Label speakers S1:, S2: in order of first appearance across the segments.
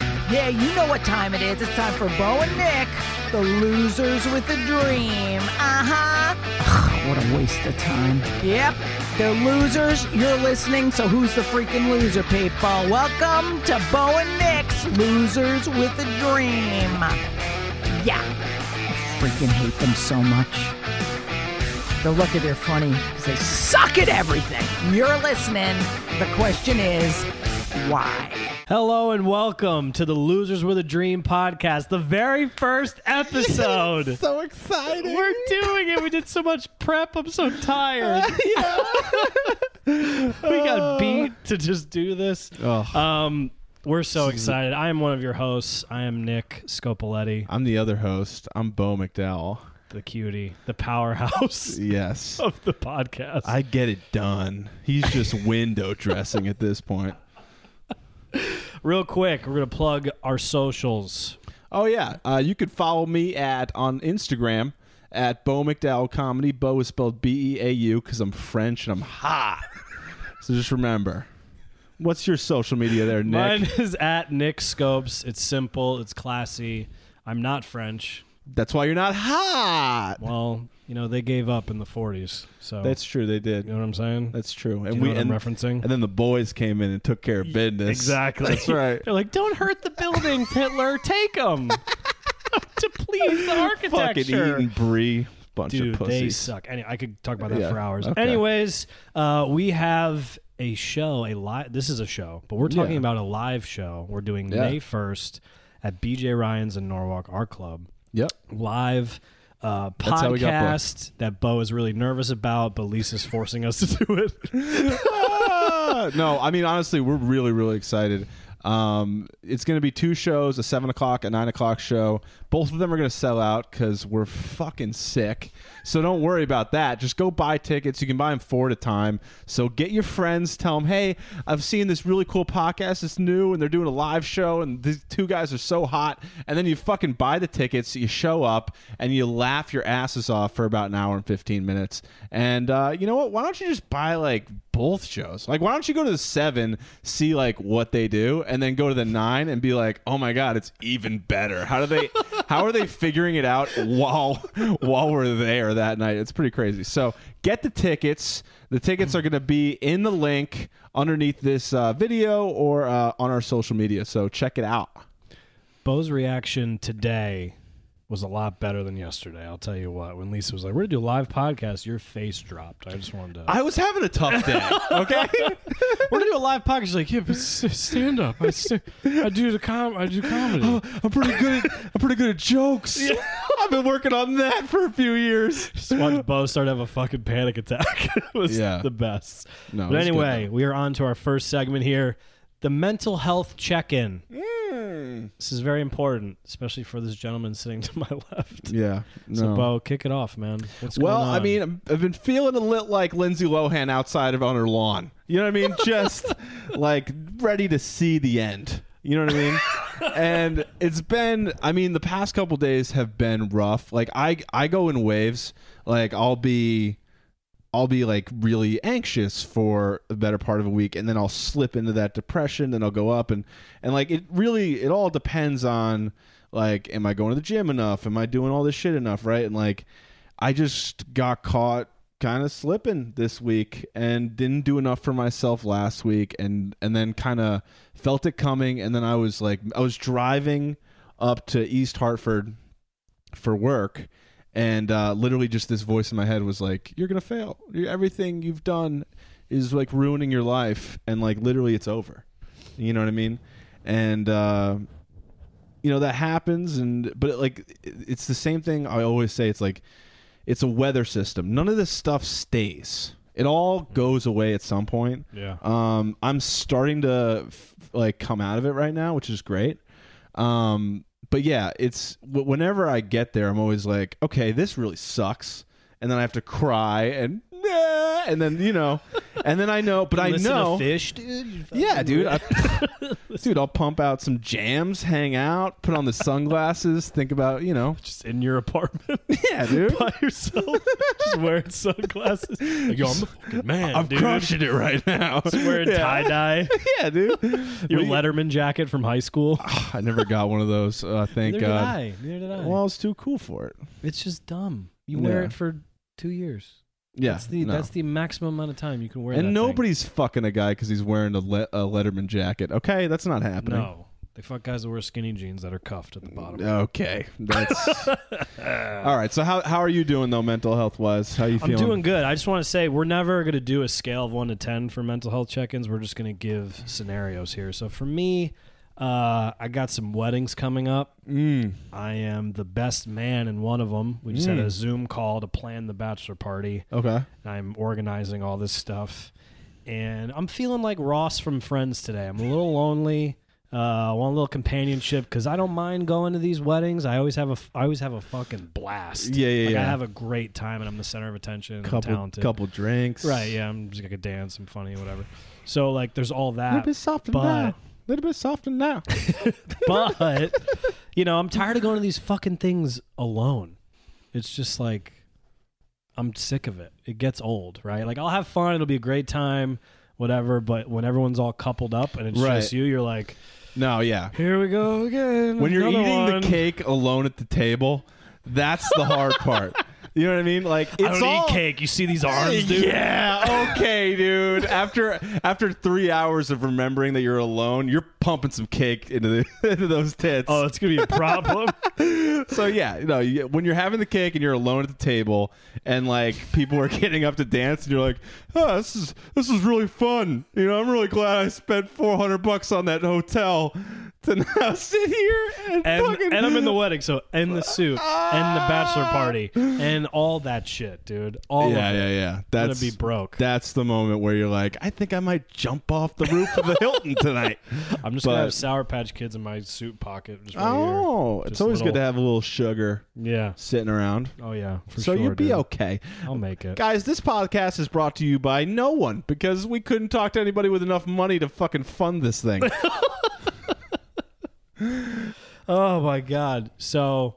S1: Yeah, you know what time it is. It's time for Bo and Nick, the losers with a dream. Uh huh. what a waste of time. Yep, they're losers. You're listening, so who's the freaking loser, people? Welcome to Bo and Nick's Losers with a Dream. Yeah, I freaking hate them so much. They're lucky they're funny because they suck at everything. You're listening. The question is, why?
S2: Hello and welcome to the Losers with a Dream podcast, the very first episode.
S3: so exciting.
S2: We're doing it. We did so much prep. I'm so tired. we
S3: Uh.
S2: got beat to just do this. Um, we're so excited. I am one of your hosts. I am Nick Scopoletti,
S3: I'm the other host. I'm Bo McDowell.
S2: the cutie, the powerhouse
S3: Yes.
S2: of the podcast.
S3: I get it done. He's just window dressing at this point.
S2: Real quick, we're going to plug our socials.
S3: Oh yeah, uh, you could follow me at on Instagram at Bo McDowell Comedy. Bo is spelled B E A U because I'm French and I'm hot. so just remember, what's your social media there, Nick?
S2: Mine is at Nick Scopes. It's simple, it's classy. I'm not French.
S3: That's why you're not hot.
S2: Well, you know, they gave up in the 40s. So
S3: That's true. They did.
S2: you know what I'm saying?
S3: That's true.
S2: you
S3: And
S2: know
S3: we
S2: what I'm
S3: and,
S2: referencing?
S3: And then the boys came in and took care of business.
S2: exactly.
S3: That's right.
S2: They're like, "Don't hurt the buildings, Hitler. Take them to please the
S3: Fucking
S2: architecture."
S3: eating brie. Bunch
S2: Dude,
S3: of
S2: they
S3: pussies.
S2: suck. Any, I could talk about that
S3: Yeah,
S2: for hours.
S3: okay.
S2: Anyways, uh, we have a show, a live. This is a show, but we're talking
S3: Yeah.
S2: about a live show. We're doing
S3: Yeah.
S2: May first at BJ Ryan's in Norwalk, our club.
S3: Yep.
S2: live uh,
S3: how we got
S2: podcast that Bo is really nervous about, but Lisa's forcing us to do it.
S3: Uh, no, I mean honestly, we're really really excited. Um, it's going to be two shows: a seven o'clock, a nine o'clock show. Both of them are going to sell out because we're fucking sick. So don't worry about that. Just go buy tickets. You can buy them four at a time. So get your friends. Tell them, hey, I've seen this really cool podcast. It's new, and they're doing a live show, and these two guys are so hot. And then you fucking buy the tickets. You show up, and you laugh your asses off uh, for about an hour and fifteen minutes. And uh, you know what? Why don't you just buy like both shows. Like, why don't you go to the seven, see like what they do, and then go to the nine and be like, oh my god, it's even better. How do they? how are they figuring it out while while we're there that night? It's pretty crazy. So get the tickets. The tickets are going to be in the link underneath this uh, video or uh, on our social media. So check it out.
S2: Bo's reaction today was a lot better than yesterday. I'll tell you what. When Lisa was like, "We're gonna do a live podcast," your face dropped. I just wanted to.
S3: I was having a tough day. Okay.
S2: We're gonna do a live podcast. She's like, yeah, but stand up. I, sta- I do the com. I do comedy.
S3: I'm pretty good. At, I'm pretty good at jokes. I've been working on that for a few years.
S2: Just watch Bo start to have a fucking panic attack. it was
S3: Yeah.
S2: the best.
S3: No,
S2: but
S3: it was good,
S2: anyway, we are on to our first segment here the mental health check in.
S3: Mm.
S2: This is very important, especially for this gentleman sitting to my left.
S3: Yeah.
S2: So,
S3: no.
S2: Bo, kick it off, man. What's
S3: Well,
S2: going on?
S3: I mean, I'm- I've been feeling a little like Lindsay Lohan outside of on her lawn. You know what I mean? Just like ready to see the end. You know what I mean? and it's been I mean, the past couple days have been rough. Like I I go in waves. Like I'll be I'll be like really anxious for the better part of a week and then I'll slip into that depression then I'll go up and and like it really it all depends on like am I going to the gym enough am I doing all this shit enough right and like I just got caught kind of slipping this week and didn't do enough for myself last week and and then kind of felt it coming and then I was like I was driving up to East Hartford for work and uh, literally just this voice in my head was like you're gonna fail you everything you've done is like ruining your life and like literally it's over you know what i mean and uh, you know that happens and but like it- it's the same thing i always say it's like it's a weather system none of this stuff stays it all goes away at some point
S2: yeah.
S3: um, I'm starting to f- like come out of it right now, which is great. Um, but yeah, it's w- whenever I get there, I'm always like, okay, this really sucks, and then I have to cry and nah, and then you know, And then I know, but I
S2: Listen
S3: know.
S2: to fish, dude. you fucking
S3: Yeah, dude.
S2: weird.
S3: I, dude, I'll pump out some jams, hang out, put on the sunglasses, think about, you know.
S2: Just in your apartment
S3: Yeah, dude.
S2: by yourself, just wearing sunglasses. Like, yo, I'm the fucking man,
S3: I'm
S2: dude.
S3: crushing it right now.
S2: Just wearing
S3: yeah.
S2: tie dye.
S3: Yeah, dude.
S2: Your
S3: We-
S2: Letterman jacket from high school.
S3: I never got one of those. Uh, thank
S2: Neither did
S3: God.
S2: I. Neither did I.
S3: Well, it's too cool for it.
S2: it's just dumb. You wear
S3: Yeah.
S2: it for two years.
S3: Yeah,
S2: That's the
S3: no.
S2: that's the maximum amount of time you can wear. that
S3: and
S2: thing.
S3: nobody's fucking a guy because he's wearing a, le- a Letterman jacket. Okay, that's not happening.
S2: No, they fuck guys that wear skinny jeans that are cuffed at the bottom.
S3: Okay, that's all right. So how how are you doing though, mental health wise? How you
S2: I'm
S3: feeling?
S2: doing good. I just want to say we're never going to do a scale of 1 to 10 for mental health check-ins. We're just going to give scenarios here. So for me, uh, I got some weddings coming up.
S3: Mm.
S2: I am the best man in one of them. We just had
S3: Mm.
S2: a Zoom call to plan the bachelor party.
S3: Okay.
S2: and I'm organizing all this stuff. And I'm feeling like Ross from Friends today. I'm a little lonely. Uh, I want a little companionship because I don't mind going to these weddings. I always have a, f- I always have a fucking blast.
S3: Yeah, yeah,
S2: like, I
S3: yeah.
S2: have a great time, and I'm the center of attention. and I'm
S3: Couple
S2: talented,
S3: couple drinks.
S2: right? Yeah, I'm just like a dance. I'm funny, whatever. So like, there's all
S3: A little
S2: that,
S3: bit softer
S2: but-
S3: now. A little bit softer now.
S2: but you know, I'm tired of going to these fucking things alone. It's just like I'm sick of it. It gets old, right? Like I'll have fun, it'll be a great time, whatever, but when everyone's all coupled up and it's
S3: Right.
S2: just you, you're like,
S3: no, yeah.
S2: here we go again.
S3: When you're
S2: another
S3: eating
S2: one."
S3: the cake alone at the table, that's the hard part. You know what I mean? Like it's
S2: I don't
S3: all
S2: eat cake. You see these arms, dude.
S3: Yeah, okay, dude. After after three hours of remembering that you're alone, you're pumping some cake into, the, into those tits.
S2: Oh, it's gonna be a problem.
S3: so yeah, you know, you, when you're having the cake and you're alone at the table, and like people are getting up to dance, and you're like, oh, this is this is really fun. You know, I'm really glad I spent 400 bucks on that hotel to now sit here and,
S2: and,
S3: fucking.
S2: and I'm in the wedding, so and the suit, and the bachelor party, and all that shit, dude. All
S3: yeah,
S2: of it.
S3: yeah, yeah.
S2: I'm
S3: That's
S2: gonna be broke.
S3: That's the moment where you're like, I think I might jump off the roof of the Hilton tonight.
S2: I'm just
S3: But-
S2: gonna have Sour Patch Kids in my suit pocket. Just right
S3: Oh,
S2: here.
S3: it's
S2: Just
S3: always good
S2: little-
S3: to have a little sugar
S2: Yeah.
S3: sitting around.
S2: Oh yeah. For
S3: So
S2: sure,
S3: you'll be
S2: dude.
S3: okay.
S2: I'll make it.
S3: Guys, this podcast is brought to you by no one because we couldn't talk to anybody with enough money to fucking fund this thing.
S2: Oh my god. So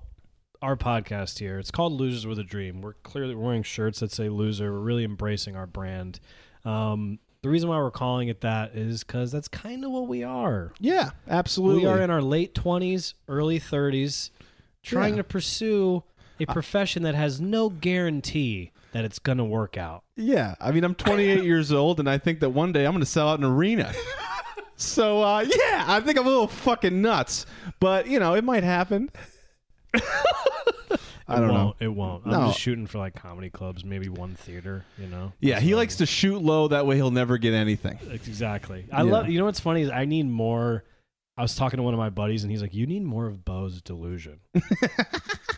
S2: our podcast here, it's called Losers with a Dream. We're clearly wearing shirts that say loser. We're really embracing our brand. Um, the reason why we're calling it that is because that's kind of what we are.
S3: yeah, absolutely.
S2: We are in our late twenties, early thirties, trying
S3: Yeah.
S2: to pursue a profession that has no guarantee that it's gonna work out.
S3: yeah, I mean, I'm 28 years old and I think that one day I'm going to sell out an arena. so, uh, yeah, I think I'm a little fucking nuts, but, you know, it might happen. I don't know.
S2: won't, It won't.
S3: No.
S2: I'm just shooting for like comedy clubs, maybe one theater. You know.
S3: Yeah,
S2: That's
S3: he
S2: what I'm-
S3: likes to shoot low. That way he'll never get anything.
S2: Exactly. I
S3: Yeah.
S2: love. You know what's funny is I need more. I was talking to one of my buddies, and he's like, "You need more of Bo's delusion.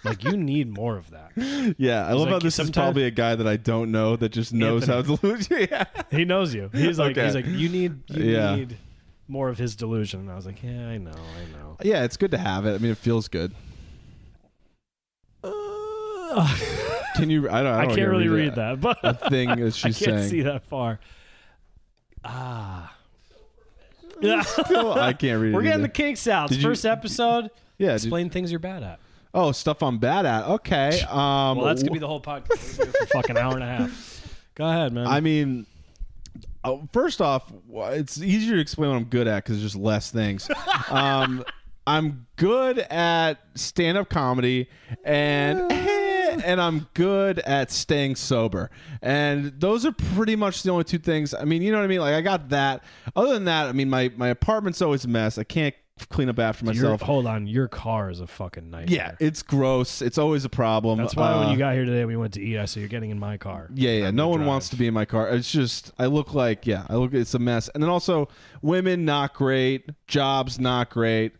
S2: like, you need more of that."
S3: Yeah, I love
S2: like,
S3: how this is
S2: sometimes-
S3: probably a guy that I don't know that just knows how to lose. yeah.
S2: He knows you. He's like,
S3: Okay.
S2: he's like, "You need, you
S3: Yeah.
S2: need more of his delusion." And I was like, "Yeah, I know, I know."
S3: Yeah, it's good to have it. I mean, it feels good. Can you? I don't. I,
S2: I
S3: don't
S2: can't really read
S3: that.
S2: that, but
S3: A thing that
S2: I
S3: she's
S2: can't
S3: saying.
S2: see that far. Ah. Yeah.
S3: Still, I can't read.
S2: We're
S3: it
S2: getting the
S3: either.
S2: kinks out. It's
S3: Did you-
S2: First episode.
S3: yeah. dude.
S2: Explain things you're bad at.
S3: Oh, stuff I'm bad at. Okay. Um,
S2: Well, that's gonna be the whole podcast We're gonna do it for fucking hour and a half. Go ahead, man.
S3: I mean, uh, first off, wh- it's easier to explain what I'm good at because there's just less things. um, I'm good at stand-up comedy, and and I'm good at staying sober, and those are pretty much the only two things. I mean, you know what I mean? Like I got that. Other than that, I mean, my my apartment's always a mess. I can't clean up after
S2: Your-
S3: myself.
S2: hold on, your car is a fucking nightmare.
S3: Yeah, it's gross. It's always a problem.
S2: that's why when
S3: Uh,
S2: you got here today, we went to eat. I said you're getting in my car.
S3: Yeah, yeah. No one
S2: drive.
S3: wants to be in my car. It's just I look like yeah, I look it's a mess. And then also women not great, jobs not great.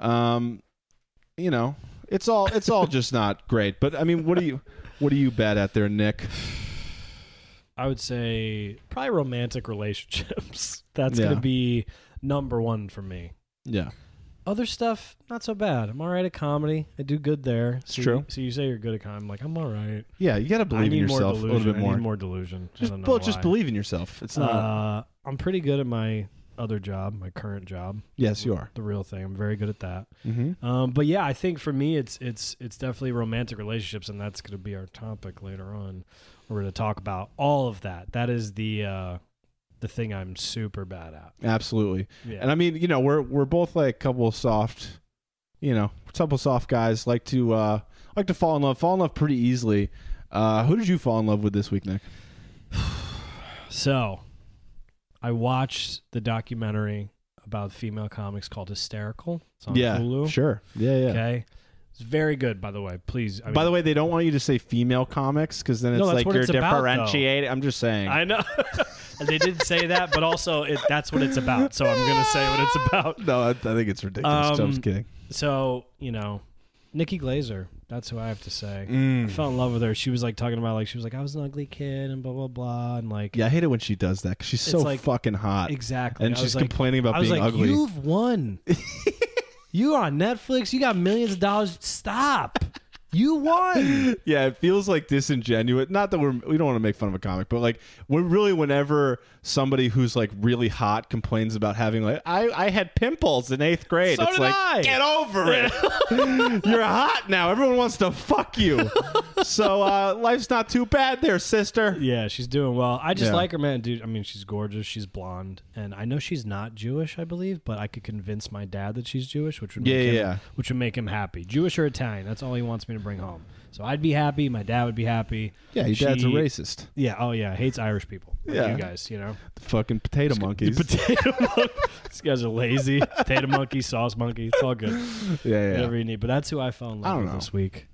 S3: Um you know, it's all it's all just not great. But I mean, what do you what do you bet at there, Nick?
S2: I would say probably romantic relationships. That's
S3: Yeah.
S2: gonna be number one for me.
S3: Yeah.
S2: Other stuff, not so bad. I'm all right at comedy. I do good there. It's
S3: true.
S2: So you say you're good at comedy. I'm like, I'm all right.
S3: Yeah, you gotta
S2: I
S3: believe in
S2: need more
S3: yourself a
S2: delusion.
S3: little bit
S2: I
S3: more.
S2: need more delusion. I
S3: Just,
S2: don't know
S3: well, just
S2: why.
S3: believe in yourself. It's not.
S2: Uh, I'm pretty good at my other job, my current job,
S3: yes, you are.
S2: the real thing. I'm very good at that.
S3: Mm-hmm.
S2: Um, but yeah, I think for me, it's it's it's definitely romantic relationships, and that's going to be our topic later on. We're going to talk about all of that. That is the uh, the thing I'm super bad at.
S3: Absolutely.
S2: Yeah.
S3: And I mean, you know, we're we're both like a couple of soft, you know, couple of soft guys like to uh like to fall in love, fall in love pretty easily. Uh who did you fall in love with this week, Nick?
S2: so I watched the documentary about female comics called Hysterical. It's on Hulu.
S3: Sure. Yeah, yeah.
S2: Okay. It's very good, by the way. Please. I mean,
S3: By the way, they don't want you to say female comics because then it's
S2: No, that's
S3: like
S2: what
S3: you're
S2: it's about, though.
S3: differentiating. I'm just saying.
S2: I know. they did say that, but also it, that's what it's about. So I'm going to say what it's about.
S3: no, I, I think it's ridiculous. I'm
S2: Um,
S3: just kidding.
S2: So, you know, Nikki Glazer, that's who I have to say.
S3: Mm.
S2: I fell in love with her. She was like talking about, like, she was like, I was an ugly kid and blah, blah, blah. And like,
S3: Yeah, I hate it when she does that 'cause she's so
S2: It's like-
S3: fucking hot.
S2: exactly.
S3: And
S2: I was
S3: she's
S2: like,
S3: complaining about
S2: I was
S3: being
S2: like,
S3: ugly.
S2: you've won. you are on Netflix. You got millions of dollars. Stop. You won.
S3: Yeah, it feels like disingenuous. Not that we're we don't want to make fun of a comic, but like we're really whenever somebody who's like really hot complains about having like I I had pimples in eighth grade.
S2: So
S3: it's
S2: did
S3: like
S2: I.
S3: get over it. You're hot now. Everyone wants to fuck you. so uh, life's not too bad there, sister.
S2: Yeah, she's doing well. I just
S3: Yeah.
S2: like her, man, dude. I mean, she's gorgeous. She's blonde, and I know she's not Jewish, I believe, but I could convince my dad that she's Jewish, which would
S3: Yeah,
S2: make
S3: yeah,
S2: him,
S3: yeah.
S2: which would make him happy. Jewish or Italian? That's all he wants me to bring home. So I'd be happy. My dad would be happy. She-
S3: racist.
S2: Yeah. Oh yeah, hates Irish people. Like
S3: Yeah.
S2: You guys, you know,
S3: The fucking potato monkeys.
S2: potato. monkey. These guys are lazy. Potato monkey, sauce monkey. It's all good.
S3: yeah, yeah.
S2: Whatever you need. But that's who I fell in
S3: I
S2: love
S3: don't
S2: with
S3: know.
S2: this week.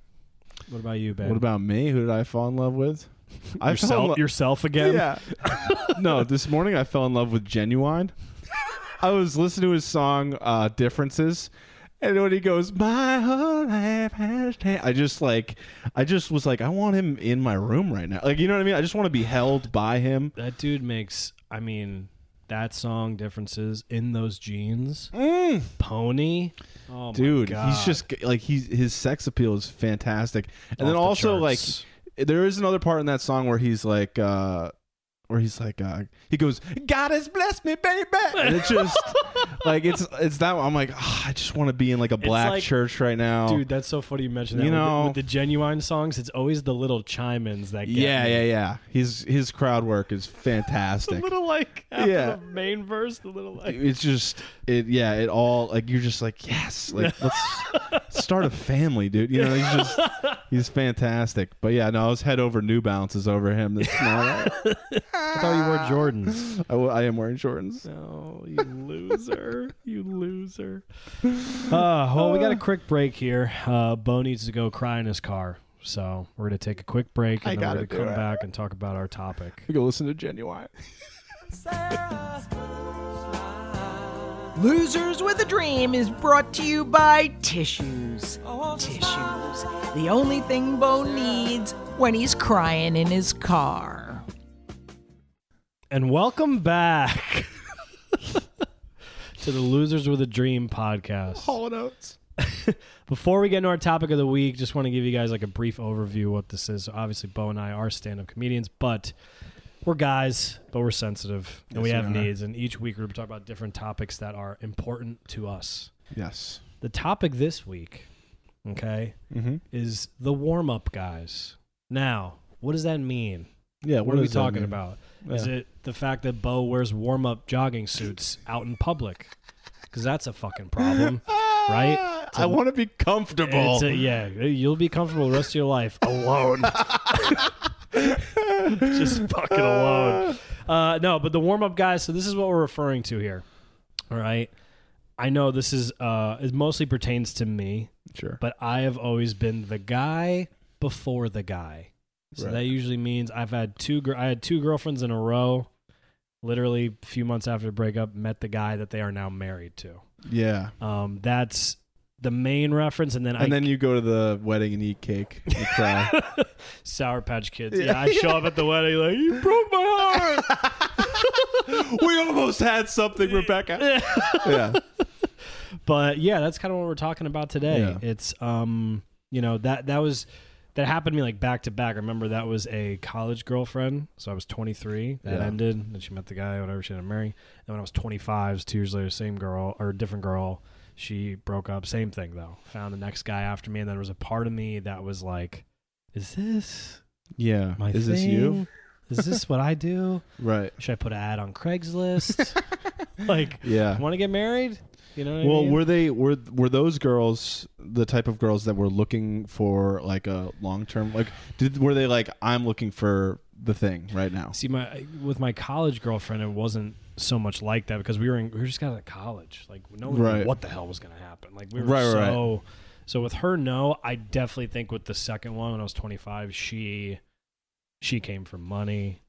S2: What about you, Ben?
S3: What about me? Who did I fall in love with? I fell in
S2: yourself?
S3: lo-
S2: yourself again?
S3: Yeah. no, this morning I fell in love with Genuine. I was listening to his song uh, "Differences," and when he goes, "My whole life has," ta-" I just like, I just was like, I want him in my room right now. Like, you know what I mean? I just want to be held by him.
S2: That dude makes. I mean, that song differences in those jeans. Pony. Oh my
S3: Dude,
S2: God.
S3: he's just g- like he's his sex appeal is fantastic, and
S2: Off
S3: then
S2: the
S3: also
S2: charts.
S3: like there is another part in that song where he's like, uh where he's like, uh he goes, "God has blessed me, baby," and it's just like it's it's that one. I'm like, "Ah, I just want to be in like a black
S2: like-
S3: church right now,
S2: Dude, that's so funny you mentioned that.
S3: oh. You
S2: With the-
S3: know-
S2: with the, genuine songs, it's always the little chime ins that get
S3: Yeah,
S2: me.
S3: yeah, yeah. His his crowd work is
S2: The
S3: fantastic.
S2: little like after
S3: Yeah.
S2: the main verse, the little like
S3: it's just it yeah it all like you're just like yes like let's start a family dude you know he's just he's fantastic but yeah no i was head over new balances over him this morning
S2: I thought you wore Jordans.
S3: I, w- I am wearing jordan's
S2: No, you loser. you loser. Uh, well, we got
S3: Ah.
S2: a quick break here. Uh, Bo needs to go cry in his car. So we're going to take a quick break and
S3: I
S2: then
S3: gotta
S2: we're
S3: do
S2: going to come
S3: it.
S2: back and talk about our topic.
S3: we go listen to genuine
S1: Losers with a Dream is brought to you by Tissues. Tissues. The only thing Bo needs when he's crying in his car.
S2: And welcome back to the Losers with a Dream podcast.
S3: Hall notes
S2: Before we get into our topic of the week, just want to give you guys like a brief overview of what this is. So obviously, Bo and I are stand-up comedians, but we're guys, but we're sensitive and we
S3: Yes,
S2: have
S3: we are.
S2: needs. And each week we're going to talk about different topics that are important to us.
S3: yes
S2: The topic this week, okay,
S3: mm-hmm.
S2: is the warm-up guys. Now, what does that mean?
S3: yeah
S2: What, are we
S3: does that
S2: talking
S3: mean?
S2: about? Is it the fact that Bo wears warm up jogging suits out in public? Because that's a fucking problem, right?
S3: Ah, i want to be comfortable
S2: It's a- yeah, you'll be comfortable the rest of your life alone. Just fucking alone. Uh, no, but the warm up guys, so this is what we're referring to here. All right. I know this is, uh, it mostly pertains to me
S3: sure
S2: but I have always been the guy before the guy. So
S3: Right.
S2: that usually means I've had two. Gr- I had two girlfriends in a row. Literally, a few months after the breakup, met the guy that they are now married to.
S3: yeah
S2: Um, that's the main reference, and then I
S3: and then you go to the wedding and eat cake and cry
S2: Sour Patch Kids. Yeah, I show up at the wedding like you broke my heart.
S3: we almost had something rebecca yeah
S2: but yeah, that's kind of what we're talking about today.
S3: Yeah.
S2: It's um, you know that that was that happened to me like back to back. I remember that was a college girlfriend, so I was 23. That
S3: Yeah.
S2: ended, and she met the guy, whatever she ended up marrying. And when I was 25, it's two years later, same girl or different girl, she broke up. Same thing though. Found the next guy after me, and then there was a part of me that was like, "Is this
S3: Yeah.
S2: my
S3: Is this you?
S2: thing? Is this what I do?
S3: Right.
S2: Should I put an ad on Craigslist? like,
S3: Yeah.
S2: want to get married? You know? What I
S3: Well,
S2: mean?
S3: were they were were those girls the type of girls that were looking for like a long term like did were they like I'm looking for the thing right now?
S2: See, my with my college girlfriend, it wasn't so much like that because we were in, we were just got out of college. Like no one
S3: Right.
S2: knew what the hell was going to happen. Like we were
S3: Right, right,
S2: so. So with her, no, I definitely think with the second one when I was 25, she she came for money.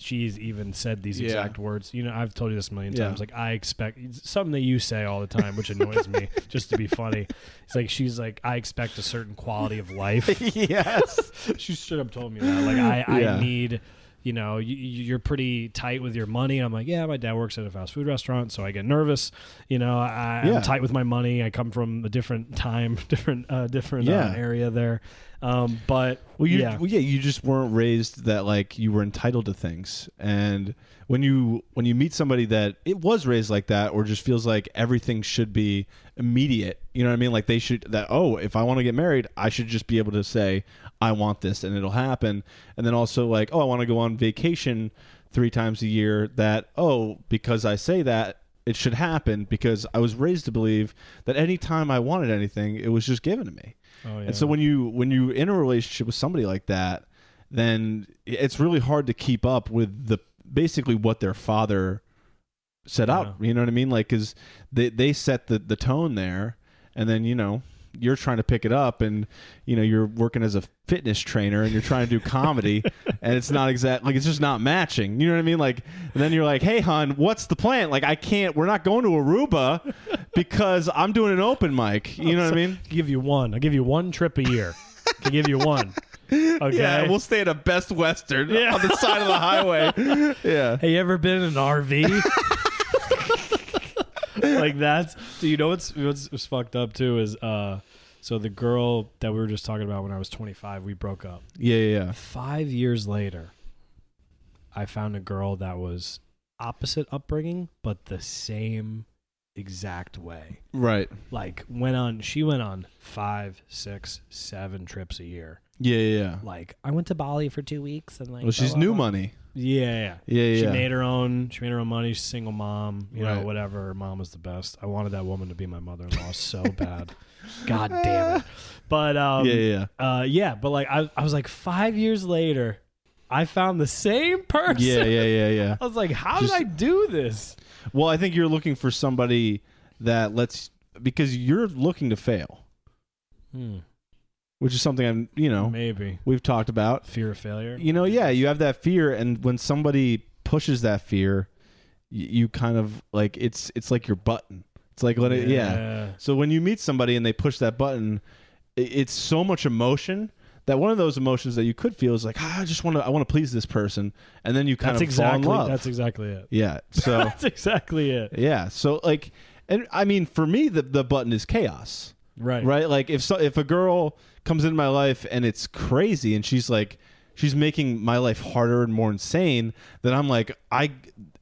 S2: She's even said these
S3: Yeah.
S2: exact words. You know, I've told you this a million
S3: Yeah.
S2: times. Like I expect it's something that you say all the time, which annoys me, just to be funny. It's like she's like, I expect a certain quality of life
S3: yes.
S2: she straight up told me that. Like, I,
S3: Yeah.
S2: I need, you know, you, you're pretty tight with your money. And I'm like, yeah, my dad works at a fast food restaurant, so I get nervous. You know, I,
S3: Yeah.
S2: I'm tight with my money. I come from a different time, different, uh, different
S3: Yeah.
S2: uh, area there. Um, but
S3: Well, you,
S2: yeah,
S3: well, yeah, you just weren't raised that like you were entitled to things, and when you when you meet somebody that it was raised like that, or just feels like everything should be immediate, you know what I mean? Like they should that oh, if I want to get married, I should just be able to say I want this, and it'll happen. And then also like oh, I want to go on vacation three times a year. That oh, because I say that it should happen because I was raised to believe that any time I wanted anything, it was just given to me.
S2: Oh, yeah.
S3: And so when you when you in a relationship with somebody like that, then it's really hard to keep up with the basically what their father set out. You know what I mean? Like, cause they they set the the tone there, and then you know you're trying to pick it up, and you know you're working as a fitness trainer, and you're trying to do comedy, and it's not exact. Like, it's just not matching. You know what I mean? Like, and then you're like, hey, hon, what's the plan? Like, I can't. We're not going to Aruba because I'm doing an open mic. You know what I mean?
S2: I'll give you one. I'll give you one trip a year. I can give you one. Okay.
S3: Yeah, we'll stay at a Best Western
S2: Yeah.
S3: on the side of the highway. yeah.
S2: Hey, you ever been in an RV? like that's. Do you know what's, what's what's fucked up too is uh, so the girl that we were just talking about when I was 25, we broke up.
S3: Yeah, yeah, yeah.
S2: Five years later, I found a girl that was opposite upbringing but the same exact way.
S3: Right.
S2: Like went on. She went on five, six, seven trips a year.
S3: Yeah, yeah, yeah.
S2: Like I went to Bali for two weeks and like.
S3: Well, she's
S2: blah, blah,
S3: new
S2: blah.
S3: money.
S2: Yeah, yeah.
S3: Yeah, yeah.
S2: She made her own. She made her own money. She's a single mom. You
S3: Right.
S2: know, whatever. Her mom was the best. I wanted that woman to be my mother-in-law so bad. God damn it. But um,
S3: yeah, yeah,
S2: uh, yeah. But like, I, I was like, five years later, I found the same person.
S3: yeah, yeah, yeah, yeah, yeah.
S2: I was like, how
S3: Just-
S2: did I do this?
S3: Well, I think you're looking for somebody that lets because you're looking to fail,
S2: Hmm,
S3: which is something I'm, you know,
S2: maybe
S3: we've talked about.
S2: fear of failure.
S3: You know, yeah, you have that fear, and when somebody pushes that fear, you, you kind of like it's it's like your button. It's like let it, yeah. So when you meet somebody and they push that button, i- it's so much emotion that one of those emotions that you could feel is like, ah, I just want to, I want to please this person, and then you kind
S2: That's
S3: of
S2: exactly.
S3: fall in love.
S2: That's exactly it.
S3: yeah. So
S2: That's exactly it.
S3: yeah. So like, and I mean, for me, the the button is chaos,
S2: Right.
S3: right? Like if so, if a girl comes into my life and it's crazy, and she's like, she's making my life harder and more insane, then I'm like, I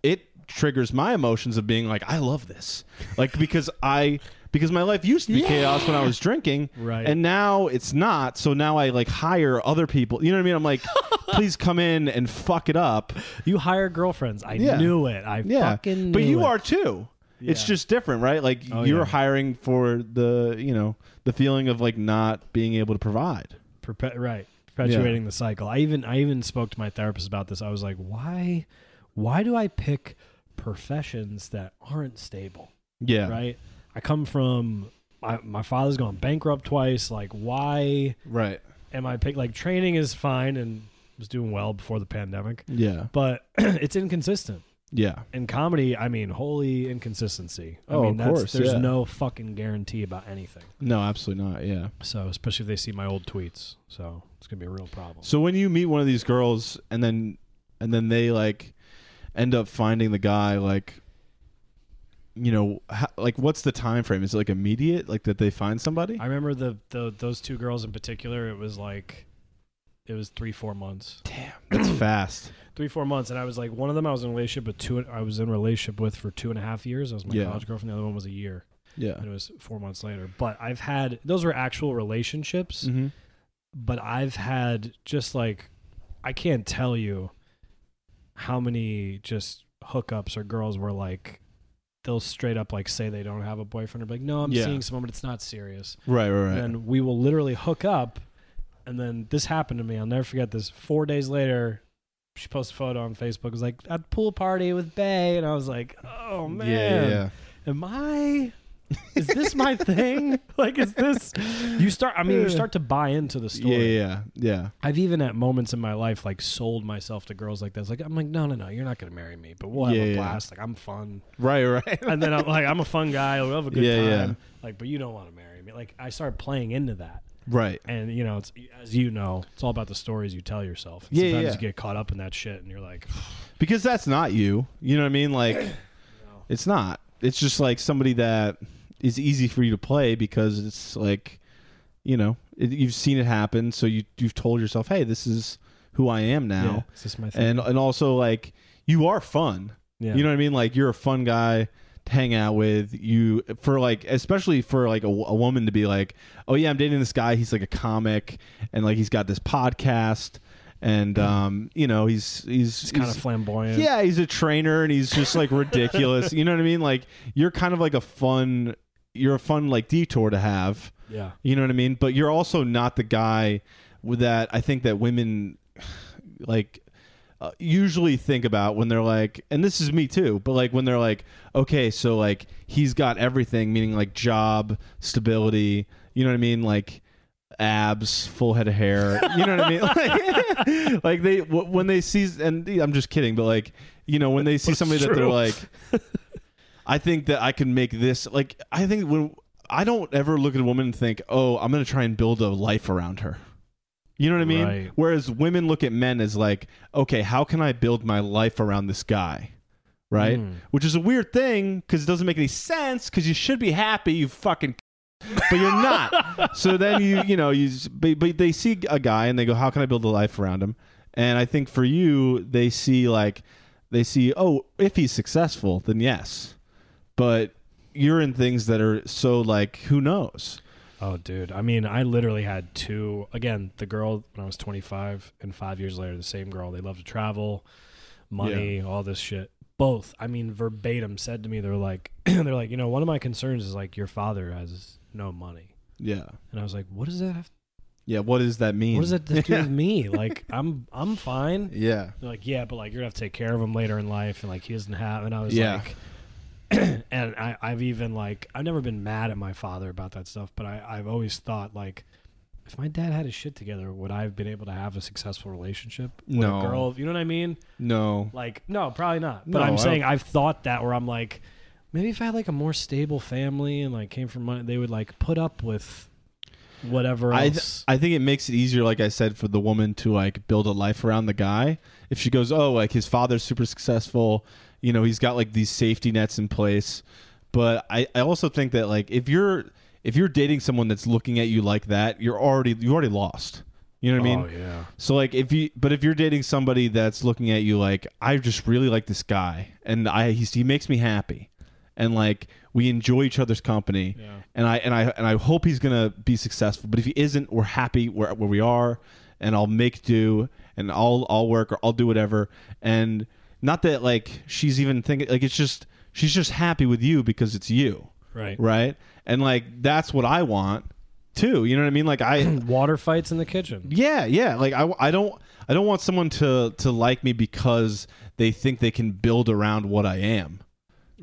S3: it triggers my emotions of being like, I love this, like because I. Because my life used to be chaos when I was drinking,
S2: Right.
S3: and now it's not. So now I like hire other people. You know what I mean? I'm like, please come in and fuck it up.
S2: You hire girlfriends. I
S3: Yeah.
S2: knew it. I
S3: Yeah,
S2: fucking.
S3: but
S2: knew
S3: you
S2: it.
S3: are too. It's
S2: Yeah.
S3: just different, right? Like
S2: Oh,
S3: you're
S2: yeah.
S3: hiring for the you know the feeling of like not being able to provide.
S2: Perpe- right perpetuating the cycle i even i even spoke to my therapist about this i was like why why do i pick professions that aren't stable
S3: Yeah,
S2: right i come from my, my father's gone bankrupt twice like why
S3: right.
S2: am i pick like training is fine and was doing well before the pandemic
S3: Yeah,
S2: but it's inconsistent
S3: yeah,
S2: in comedy i mean holy inconsistency i
S3: Oh,
S2: mean
S3: of
S2: that's
S3: course,
S2: there's
S3: yeah.
S2: no fucking guarantee about anything
S3: no, absolutely not. Yeah.
S2: so especially if they see my old tweets so it's gonna be a real problem
S3: So when you meet one of these girls and then and then they like end up finding the guy, like you know, how, like what's the time frame? Is it like immediate? Like that they find somebody?
S2: I remember the, the those two girls in particular. It was like, it was three four months,
S3: Damn, that's fast.
S2: three four months, and I was like, one of them I was in a relationship with two. I was in a relationship with for two and a half years. That was my
S3: Yeah.
S2: college girlfriend. The other one was a year,
S3: Yeah.
S2: and it was four months later. But I've had those were actual relationships.
S3: Mm-hmm.
S2: but I've had just like I can't tell you how many just hookups or girls were like they'll straight up like say they don't have a boyfriend or be like no I'm
S3: Yeah.
S2: seeing someone but it's not serious
S3: Right, right, right.
S2: and we will literally hook up and then this happened to me I'll never forget this 4 days later she posted a photo on Facebook it was like at pool party with Bay and I was like oh man
S3: yeah, yeah.
S2: am I? Is this my thing? Like, is this? You start. I mean, you start to buy into the story.
S3: Yeah, yeah, yeah.
S2: I've even at moments in my life like sold myself to girls like this. Like, I'm like, no, no, no, you're not gonna marry me, but we'll have
S3: Yeah,
S2: a
S3: yeah.
S2: blast. Like, I'm fun,
S3: Right, right.
S2: and then I'm like, I'm a fun guy. We'll have a good
S3: Yeah, yeah.
S2: time. Like, but you don't want to marry me. Like, I started playing into that.
S3: right.
S2: And you know, it's as you know, it's all about the stories you tell yourself.
S3: Yeah, yeah,
S2: Sometimes
S3: yeah.
S2: you get caught up in that shit, and you're like,
S3: Because that's not you. You know what I mean? Like it's not. It's just like somebody that is easy for you to play because it's like you know, it, you've seen it happen, so you you've told yourself, "Hey, this is who I am
S2: yeah,
S3: now."
S2: is this my thing?
S3: And and also like you are fun.
S2: yeah.
S3: You know what I mean? Like you're a fun guy to hang out with. You for like especially for like a, a woman to be like, "Oh yeah, I'm dating this guy. He's like a comic and like he's got this podcast and um, you know, he's he's
S2: it's kind
S3: he's-
S2: of flamboyant.
S3: yeah, he's a trainer and he's just like ridiculous. you know what I mean? Like you're kind of like a fun you're a fun like detour to have.
S2: yeah.
S3: You know what I mean? But you're also not the guy with that I think that women like uh, usually think about when they're like and this is me too, but like when they're like okay, so like he's got everything meaning like job, stability, you know what I mean? Like abs, full head of hair. You know what I mean? Like, like they w- when they see and I'm just kidding, but like you know when they see somebody that they're
S2: true.
S3: like, I think that I can make this. Like I think when I don't ever look at a woman and think, oh, I'm gonna try and build a life around her. You know what I mean?
S2: Right.
S3: Whereas women look at men as like, okay, how can I build my life around this guy? Right?
S2: Mm.
S3: Which is a weird thing because it doesn't make any sense because you should be happy, you fucking but you're not. so then you you know you s- but, but they see a guy and they go, how can I build a life around him? And I think for you, they see like they see oh if he's successful then yes, but you're in things that are so like who knows
S2: Oh, dude. I mean, I literally had two. Again, the girl when I was 25, and five years later, the same girl. They love to travel, money, all this shit. Both, I mean, verbatim said to me, they're like, they're like, you know, one of my concerns is like your father has no money,
S3: yeah
S2: and I was like, what does that have?
S3: yeah what does that mean
S2: What does that have to do with me? Like, I'm I'm fine.
S3: yeah
S2: They're like, yeah, but like you're gonna have to take care of him later in life, and like he doesn't have. And I was
S3: Yeah.
S2: like, and I, I've even like, I've never been mad at my father about that stuff, but I, I've always thought like, if my dad had his shit together, would I have been able to have a successful relationship with
S3: No.
S2: a girl? You know what I mean?
S3: no
S2: Like, no, probably not. But
S3: No, I
S2: I'm
S3: don't-
S2: saying I've thought that where I'm like, maybe if I had like a more stable family and like came from money, they would like put up with whatever
S3: I, th-
S2: else.
S3: I think it makes it easier like i said for the woman to like build a life around the guy if she goes oh like his father's super successful you know he's got like these safety nets in place but i, I also think that like if you're if you're dating someone that's looking at you like that you're already you already lost you know what i mean
S2: oh yeah.
S3: So like if you but if you're dating somebody that's looking at you like I just really like this guy and I he's, he makes me happy and like we enjoy each other's company
S2: Yeah.
S3: and I and I and I hope he's going to be successful but if he isn't we're happy where where we are and I'll make do and I'll I'll work or I'll do whatever and not that like she's even thinking like it's just she's just happy with you because it's you
S2: Right.
S3: right and like that's what I want too you know what I mean like I
S2: Water fights in the kitchen.
S3: yeah, yeah. Like I, I don't, I don't want someone to to like me because they think they can build around what I am.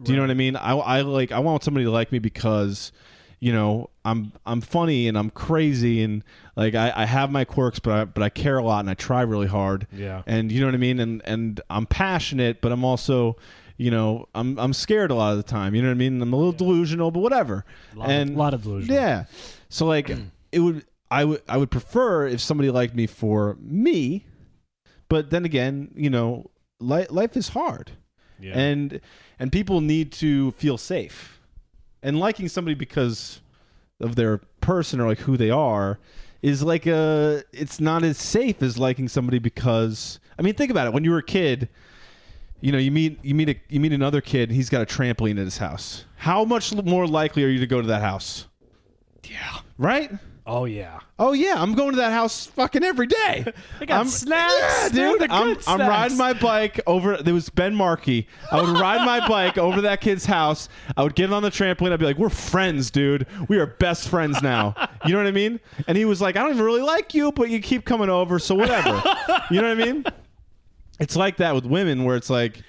S3: Do you know what I mean? I, I like, I want somebody to like me because, you know, I'm I'm funny and I'm crazy and like I, I have my quirks, but I but I care a lot and I try really hard.
S2: Yeah.
S3: And you know what I mean? And and I'm passionate, but I'm also. You know, I'm I'm scared a lot of the time. You know what I mean. I'm a little delusional, but whatever.
S2: Lot of-
S3: and
S2: lot of delusional.
S3: yeah. So like it would I would I would prefer if somebody liked me for me, but then again, you know, li- life is hard.
S2: Yeah.
S3: and and people need to feel safe. And liking somebody because of their person or like who they are is like a it's not as safe as liking somebody because I mean think about it when you were a kid you know you meet you meet a, you meet another kid and he's got a trampoline at his house how much more likely are you to go to that house
S2: Yeah.
S3: right
S2: Oh yeah.
S3: oh yeah I'm going to that house fucking every day
S2: They got
S3: I'm,
S2: snacks.
S3: yeah,
S2: They're
S3: dude
S2: the
S3: I'm,
S2: good
S3: I'm
S2: snacks.
S3: riding my bike over there was Ben Markey I would ride my bike over to that kid's house I would get on the trampoline I'd be like we're friends dude we are best friends now you know what I mean and he was like I don't even really like you but you keep coming over so whatever you know what I mean it's like that with women where it's like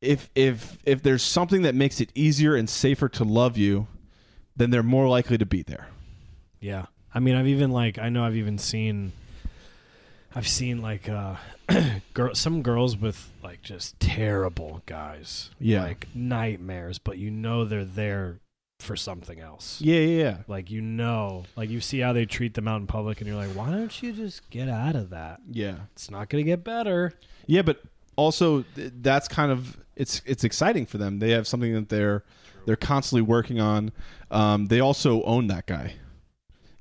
S3: if if if there's something that makes it easier and safer to love you then they're more likely to be there
S2: Yeah. I mean, I've even like I know I've even seen I've seen like uh girl some girls with like just terrible guys.
S3: Yeah.
S2: Like nightmares, but you know they're there for something else.
S3: yeah yeah yeah
S2: Like you know, like you see how they treat them out in public and you're like, "Why don't you just get out of that?
S3: yeah
S2: It's not going to get better."
S3: Yeah, but also th- that's kind of it's it's exciting for them. They have something that they're they're constantly working on. Um, they also own that guy.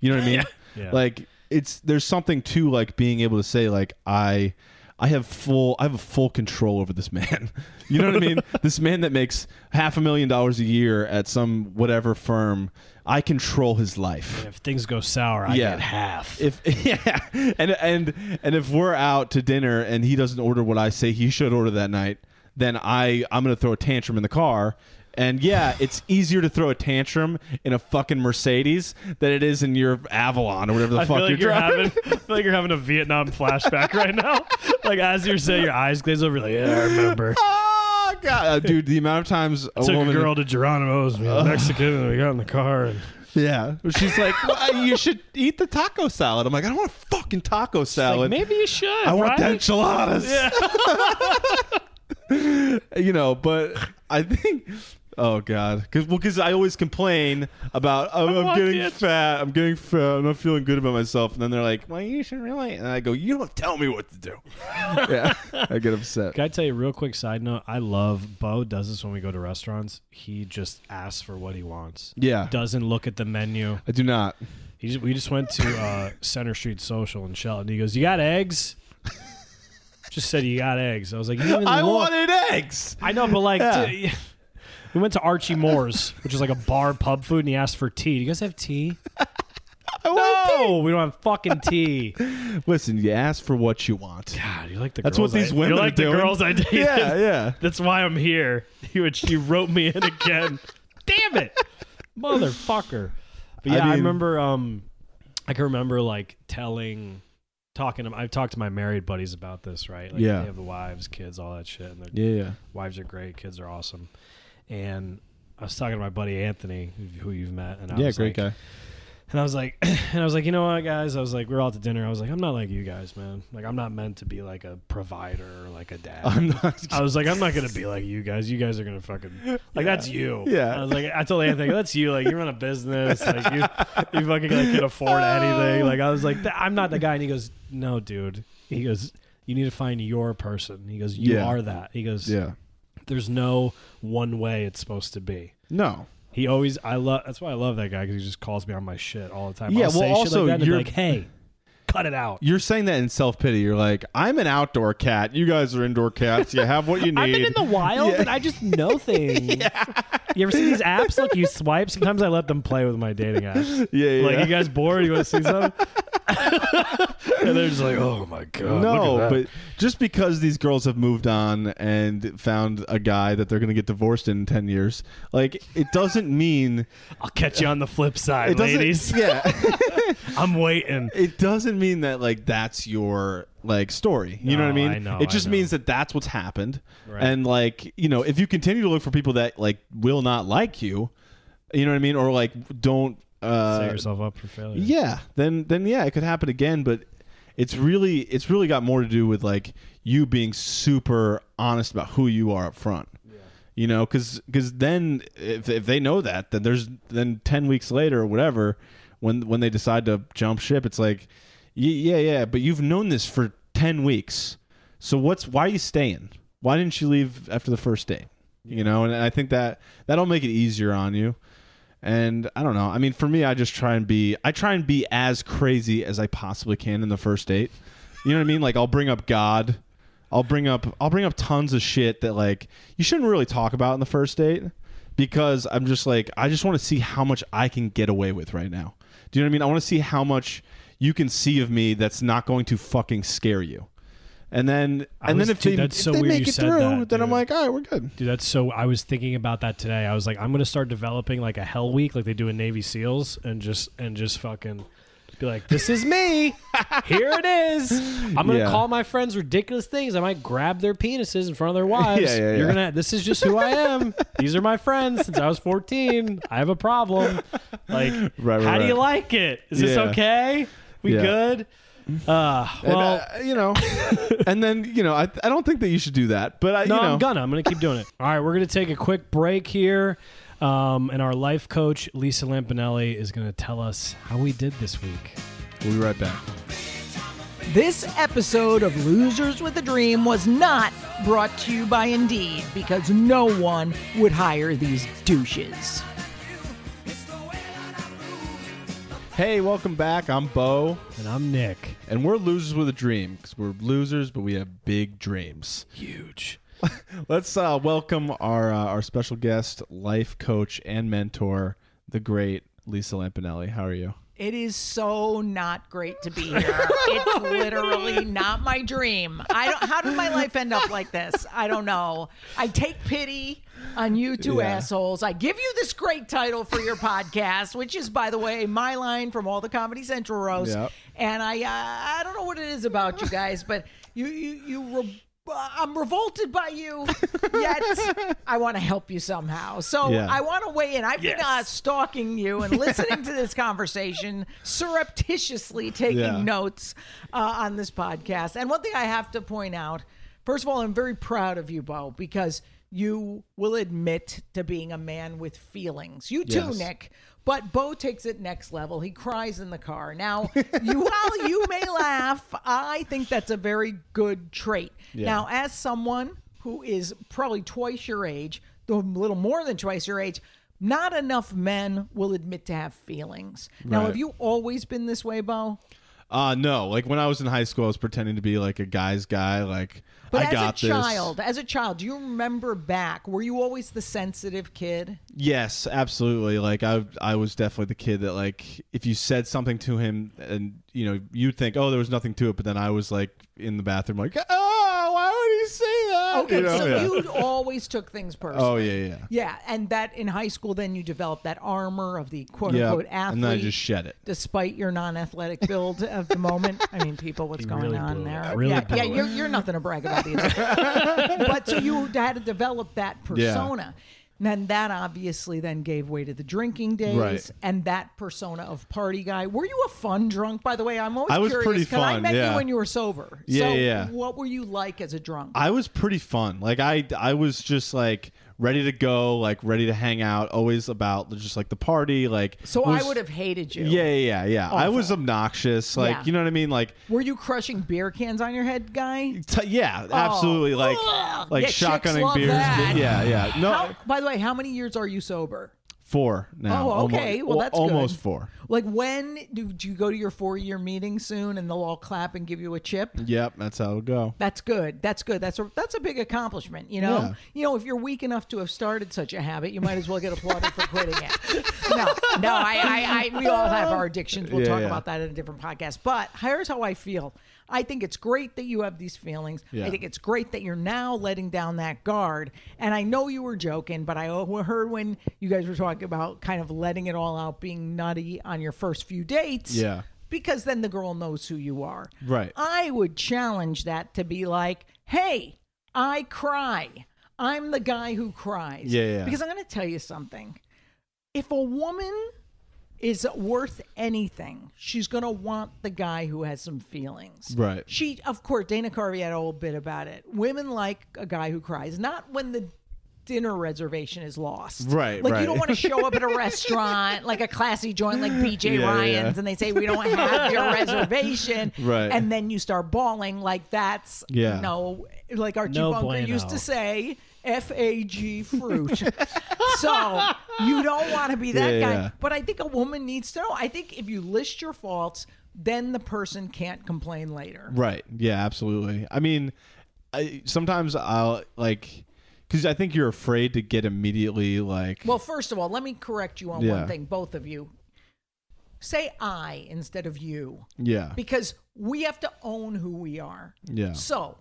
S3: You know what I mean?
S2: Yeah.
S3: Like it's there's something to like being able to say like I I have full I have a full control over this man. You know what I mean? This man that makes half a million dollars a year at some whatever firm, I control his life
S2: if things go sour, I
S3: Yeah.
S2: get half.
S3: if yeah and and and if we're out to dinner and he doesn't order what i say he should order that night then i i'm gonna throw a tantrum in the car and yeah it's easier to throw a tantrum in a fucking mercedes than it is in your avalon or whatever the
S2: I
S3: fuck
S2: feel like
S3: you're
S2: you're
S3: driving
S2: having, I feel like you're having a Vietnam flashback right now. Like as you're saying, your eyes glaze over. Like, yeah, I remember.
S3: oh god Uh, dude the amount of times a
S2: Took
S3: woman Oh.
S2: a girl to Geronimo's, we were Mexican, and we got in the car. And
S3: yeah she's like well, you should eat the taco salad i'm like i don't want a fucking taco salad
S2: maybe you should.
S3: I want the enchiladas. you know, but I think. Oh God, because well, 'cause I always complain about oh, I'm,
S2: want
S3: getting
S2: it.
S3: fat, I'm getting fat, I'm not feeling good about myself, and then they're like, "Well, you should really," and I go, "You don't tell me what to do." yeah, I get upset.
S2: Can I tell you a real quick side note? I love Bo does this when we go to restaurants. He just asks for what he wants.
S3: Yeah,
S2: Doesn't look at the menu.
S3: I do not.
S2: He just, we just went to uh, Center Street Social in Shelton. He goes, "You got eggs?" Just said you got eggs. I was like, you didn't even
S3: I
S2: look.
S3: wanted eggs.
S2: I know, but like,
S3: Yeah.
S2: dude, we went to Archie Moore's, which is like a bar pub food, and he asked for tea. Do you guys have tea?
S3: I want
S2: No, we don't have fucking tea.
S3: tea. Listen, you ask for what you want.
S2: God, you like the.
S3: That's
S2: girls
S3: what these
S2: I,
S3: women
S2: You
S3: are
S2: like
S3: doing.
S2: the girls I dated.
S3: Yeah, yeah.
S2: That's why I'm here. You would- you wrote me in again. Damn it, motherfucker. But
S3: I
S2: yeah, I,
S3: mean-
S2: remember. Um, I can remember like telling, talking to. I've talked to my married buddies about this, right? Like,
S3: Yeah.
S2: they have the wives, kids, all that shit, and they're
S3: Yeah, yeah.
S2: wives are great, kids are awesome. And I was talking to my buddy Anthony, who you've met, and I
S3: Yeah,
S2: was
S3: great
S2: like,
S3: guy.
S2: And I was like, and I was like, you know what, guys? I was like, we're all out to dinner. I was like, I'm not like you guys, man. Like, I'm not meant to be like a provider or like a dad.
S3: I'm not.
S2: I was like, I'm not gonna be like you guys. You guys are gonna fucking like that's you.
S3: Yeah.
S2: I was like, I told Anthony, that's you. Like you run a business. Like you, you fucking like can afford anything. Like I was like, "Th- I'm not the guy. And he goes, No, dude. He goes, You need to find your person. He goes, You
S3: Yeah.
S2: are that. He goes,
S3: Yeah.
S2: there's no one way it's supposed to be.
S3: No.
S2: He always, I love. That's why I love that guy because he just calls me on my shit all the time.
S3: Yeah,
S2: I'll
S3: well,
S2: say
S3: also,
S2: shit like that and be
S3: you're-
S2: like, hey, cut it out.
S3: You're saying that in self pity. You're like, I'm an outdoor cat. You guys are indoor cats. You have what you need.
S2: I've been in the wild and I just know things. You ever see these apps? Look, you swipe. Sometimes I let them play with my dating apps.
S3: yeah, yeah.
S2: Like, you guys bored? You want to see something? and they're just like, oh my god. look
S3: no,
S2: at that."
S3: but just because these girls have moved on and found a guy that they're going to get divorced in 10 years, like, it doesn't mean.
S2: I'll catch you on the flip
S3: It
S2: side,
S3: doesn't,
S2: ladies.
S3: Yeah.
S2: I'm waiting.
S3: it doesn't mean that, like, that's your, like, story. You know what I
S2: No,
S3: mean?
S2: I know,
S3: it
S2: I
S3: just
S2: know.
S3: means that that's what's happened.
S2: Right.
S3: And, like, you know, if you continue to look for people that, like, will not like you, you know what I mean? Or, like, don't. Uh,
S2: Set yourself up for failure.
S3: yeah then then yeah it could happen again but it's really it's really got more to do with like you being super honest about who you are up front you know because then if, if they know that then there's then 10 weeks later or whatever when when they decide to jump ship it's like y- yeah yeah but you've known this for 10 weeks so what's why are you staying why didn't she leave after the first date? You know, and I think that that'll make it easier on you. And I don't know. I mean, for me, I just try and be I try and be as crazy as I possibly can in the first date. You know what I mean? Like I'll bring up God. I'll bring up I'll bring up tons of shit that like you shouldn't really talk about in the first date because I'm just like I just want to see how much I can get away with right now. Do you know what I mean? I want to see how much you can see of me that's not going to fucking scare you. And then
S2: I
S3: and
S2: was-
S3: then if
S2: dude,
S3: they,
S2: that's
S3: if
S2: so
S3: they
S2: weird
S3: make
S2: you
S3: it
S2: said
S3: through,
S2: that,
S3: then I'm
S2: dude.
S3: like, all right, we're good.
S2: Dude, that's so. I was thinking about that today. I was like, I'm gonna start developing like a hell week, like they do in Navy SEALs, and just and just fucking be like, this is me. Here it is. I'm gonna
S3: Yeah.
S2: call my friends ridiculous things. I might grab their penises in front of their wives.
S3: Yeah, yeah,
S2: You're
S3: yeah.
S2: gonna. This is just who I am. These are my friends since I was 14. I have a problem. Like,
S3: right,
S2: how do
S3: right.
S2: you like it? Is this
S3: Yeah.
S2: okay? We
S3: Yeah.
S2: good? Uh, well,
S3: And, uh, you know, and then you know, I, I don't think that you should do that, but I,
S2: No,
S3: you know,
S2: I'm gonna. I'm gonna keep doing it. All right, we're gonna take a quick break here, um, and our life coach Lisa Lampanelli is gonna tell us how we did this week.
S3: we'll be right back.
S1: This episode of Losers with a Dream was not brought to you by Indeed because no one would hire these douches.
S3: Hey, welcome back. I'm Bo,
S2: And I'm Nick.
S3: and we're losers with a dream because we're losers, but we have big dreams.
S2: Huge.
S3: Let's uh, welcome our uh, our special guest, life coach and mentor, the great Lisa Lampanelli. How are you?
S1: It is so not great to be here. It's literally not my dream. I don't how did my life end up like this? I don't know. I take pity on you two
S3: Yeah.
S1: assholes. I give you this great title for your podcast, which is by the way my line from all the Comedy Central roasts.
S3: Yep.
S1: And I uh, I don't know what it is about you guys, but you you you re- uh, I'm revolted by you. Yet I want to help you somehow. So
S3: Yeah.
S1: I want to weigh in. I've been uh,
S2: Yes.
S1: stalking you and listening to this conversation, surreptitiously taking
S3: Yeah.
S1: notes uh, on this podcast. And one thing I have to point out first of all, I'm very proud of you, Bo, because you will admit to being a man with feelings. You too,
S3: Yes.
S1: Nick. But Bo takes it next level. He cries in the car. Now, you, while you may laugh, I think that's a very good trait. Now, as someone who is probably twice your age, though a little more than twice your age, not enough men will admit to have feelings. Now,
S3: Right.
S1: have you always been this way, Bo?
S3: Uh no, like when I was in high school, I was pretending to be like a guy's guy. Like
S1: But
S3: I
S1: as
S3: got
S1: a
S3: this.
S1: child, as a child, do you remember back? Were you always the sensitive kid?
S3: Yes, absolutely. Like I, I was definitely the kid that like if you said something to him, and you know you'd think, oh, there was nothing to it, but then I was like in the bathroom, like, oh, why would he say that?
S1: Okay,
S3: You know?
S1: so
S3: Oh, Yeah.
S1: you always took things personally.
S3: Oh yeah, yeah.
S1: Yeah, and that in high school, then you developed that armor of the quote
S3: Yeah,
S1: unquote athlete.
S3: and then I just shed it.
S1: despite your non-athletic build of the moment. I mean, people, what's going
S2: really
S1: on
S2: blew it.
S1: there?
S2: Really
S1: yeah,
S2: blew
S1: yeah,
S2: it.
S1: you're you're nothing to brag about these. but so you had to develop that persona. And then that obviously then gave way to the drinking days
S3: Right.
S1: and that persona of party guy. Were you a fun drunk, by the way? I'm always
S3: I was
S1: curious
S3: pretty
S1: 'cause I
S3: fun,
S1: met you
S3: yeah.
S1: when you were sober.
S3: Yeah,
S1: so
S3: yeah.
S1: what were you like as a drunk?
S3: I was pretty fun. Like I, I was just like ready to go, like ready to hang out. Always about just like the party, like.
S1: so
S3: was-
S1: I would have hated you.
S3: Yeah, yeah, yeah. yeah. I was obnoxious. Like
S1: Yeah.
S3: you know what I mean. Like
S1: Were you crushing beer cans on your head, guy?
S3: T- yeah, absolutely. Like
S1: Oh. Ugh.
S3: like
S1: Yeah, chicks
S3: shotgunning
S1: love
S3: beers.
S1: that.
S3: Yeah, yeah. No,
S1: How, by the way, how many years are you sober?
S3: four now.
S1: Oh, okay.
S3: Almo-
S1: Well, that's
S3: Uh, almost
S1: good.
S3: four.
S1: Like when do, do you go to your four year meeting soon and they'll all clap and give you a chip?
S3: Yep, that's how it'll go.
S1: That's good. That's good. That's a that's a big accomplishment, you know.
S3: Yeah.
S1: You know, if you're weak enough to have started such a habit, you might as well get applauded for quitting it. No, no, I, I, I we all have our addictions. We'll
S3: Yeah,
S1: talk
S3: yeah.
S1: about that in a different podcast. But here's how I feel. I think it's great that you have these feelings. I
S3: Yeah.
S1: think it's great that you're now letting down that guard. And I know you were joking, but I heard when you guys were talking about kind of letting it all out, being nutty on your first few dates
S3: Yeah.
S1: because then the girl knows who you are.
S3: Right.
S1: I would challenge that to be like, hey, I cry. I'm the guy who cries.
S3: Yeah, yeah, yeah.
S1: Because I'm going to tell you something. If a woman is worth anything, she's going to want the guy who has some feelings.
S3: Right.
S1: She, of course, Dana Carvey had a whole bit about it. Women like a guy who cries, not when the dinner reservation is lost.
S3: Right,
S1: Like
S3: right.
S1: you don't want to show up at a restaurant, like a classy joint like BJ
S3: Yeah, yeah.
S1: Ryan's, and they say we don't have your reservation.
S3: Right.
S1: And then you start bawling like that's
S3: Yeah.
S1: no like Archie
S2: No
S1: Bunker
S2: bueno.
S1: used to say. F A G fruit. so you don't want to be that
S3: Yeah,
S1: guy.
S3: yeah.
S1: But I think a woman needs to know. I think if you list your faults, then the person can't complain later.
S3: Right. Yeah, absolutely. I mean, I, sometimes I'll like cuz I think you're afraid to get immediately like
S1: Well, first of all, let me correct you on
S3: Yeah.
S1: one thing, both of you. Say I instead of you
S3: yeah.
S1: because we have to own who we are.
S3: Yeah.
S1: So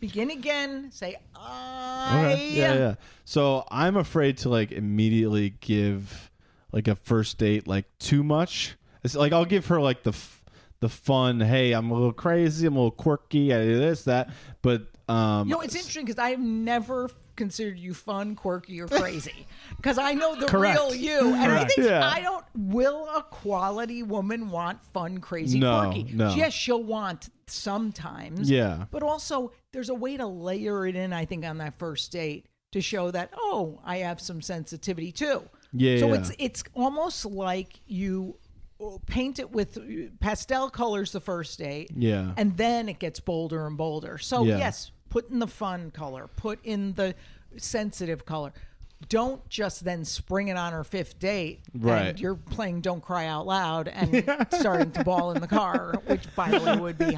S1: begin again, say I.
S3: Okay. Yeah, yeah. So I'm afraid to like immediately give like a first date like too much. It's like I'll give her like the f- the fun. Hey, I'm a little crazy. I'm a little quirky. I do this that. But um,
S1: You know, it's interesting because I have never considered you fun, quirky, or crazy. Because I know the
S2: Correct.
S1: real you, and I
S2: Correct.
S1: think
S3: Yeah.
S1: I don't. Will a quality woman want fun, crazy,
S3: No,
S1: quirky?
S3: no.
S1: Yes, she'll want sometimes.
S3: Yeah.
S1: but also there's a way to layer it in. I think on that first date to show that oh, I have some sensitivity too.
S3: Yeah,
S1: So
S3: yeah.
S1: it's it's almost like you uh, paint it with uh, pastel colors the first date.
S3: Yeah.
S1: And then it gets bolder and bolder. So
S3: Yeah.
S1: yes, put in the fun color, put in the sensitive color. Don't just then spring it on her fifth date.
S3: Right.
S1: And you're playing Don't Cry Out Loud and starting to ball in the car, which by the way would be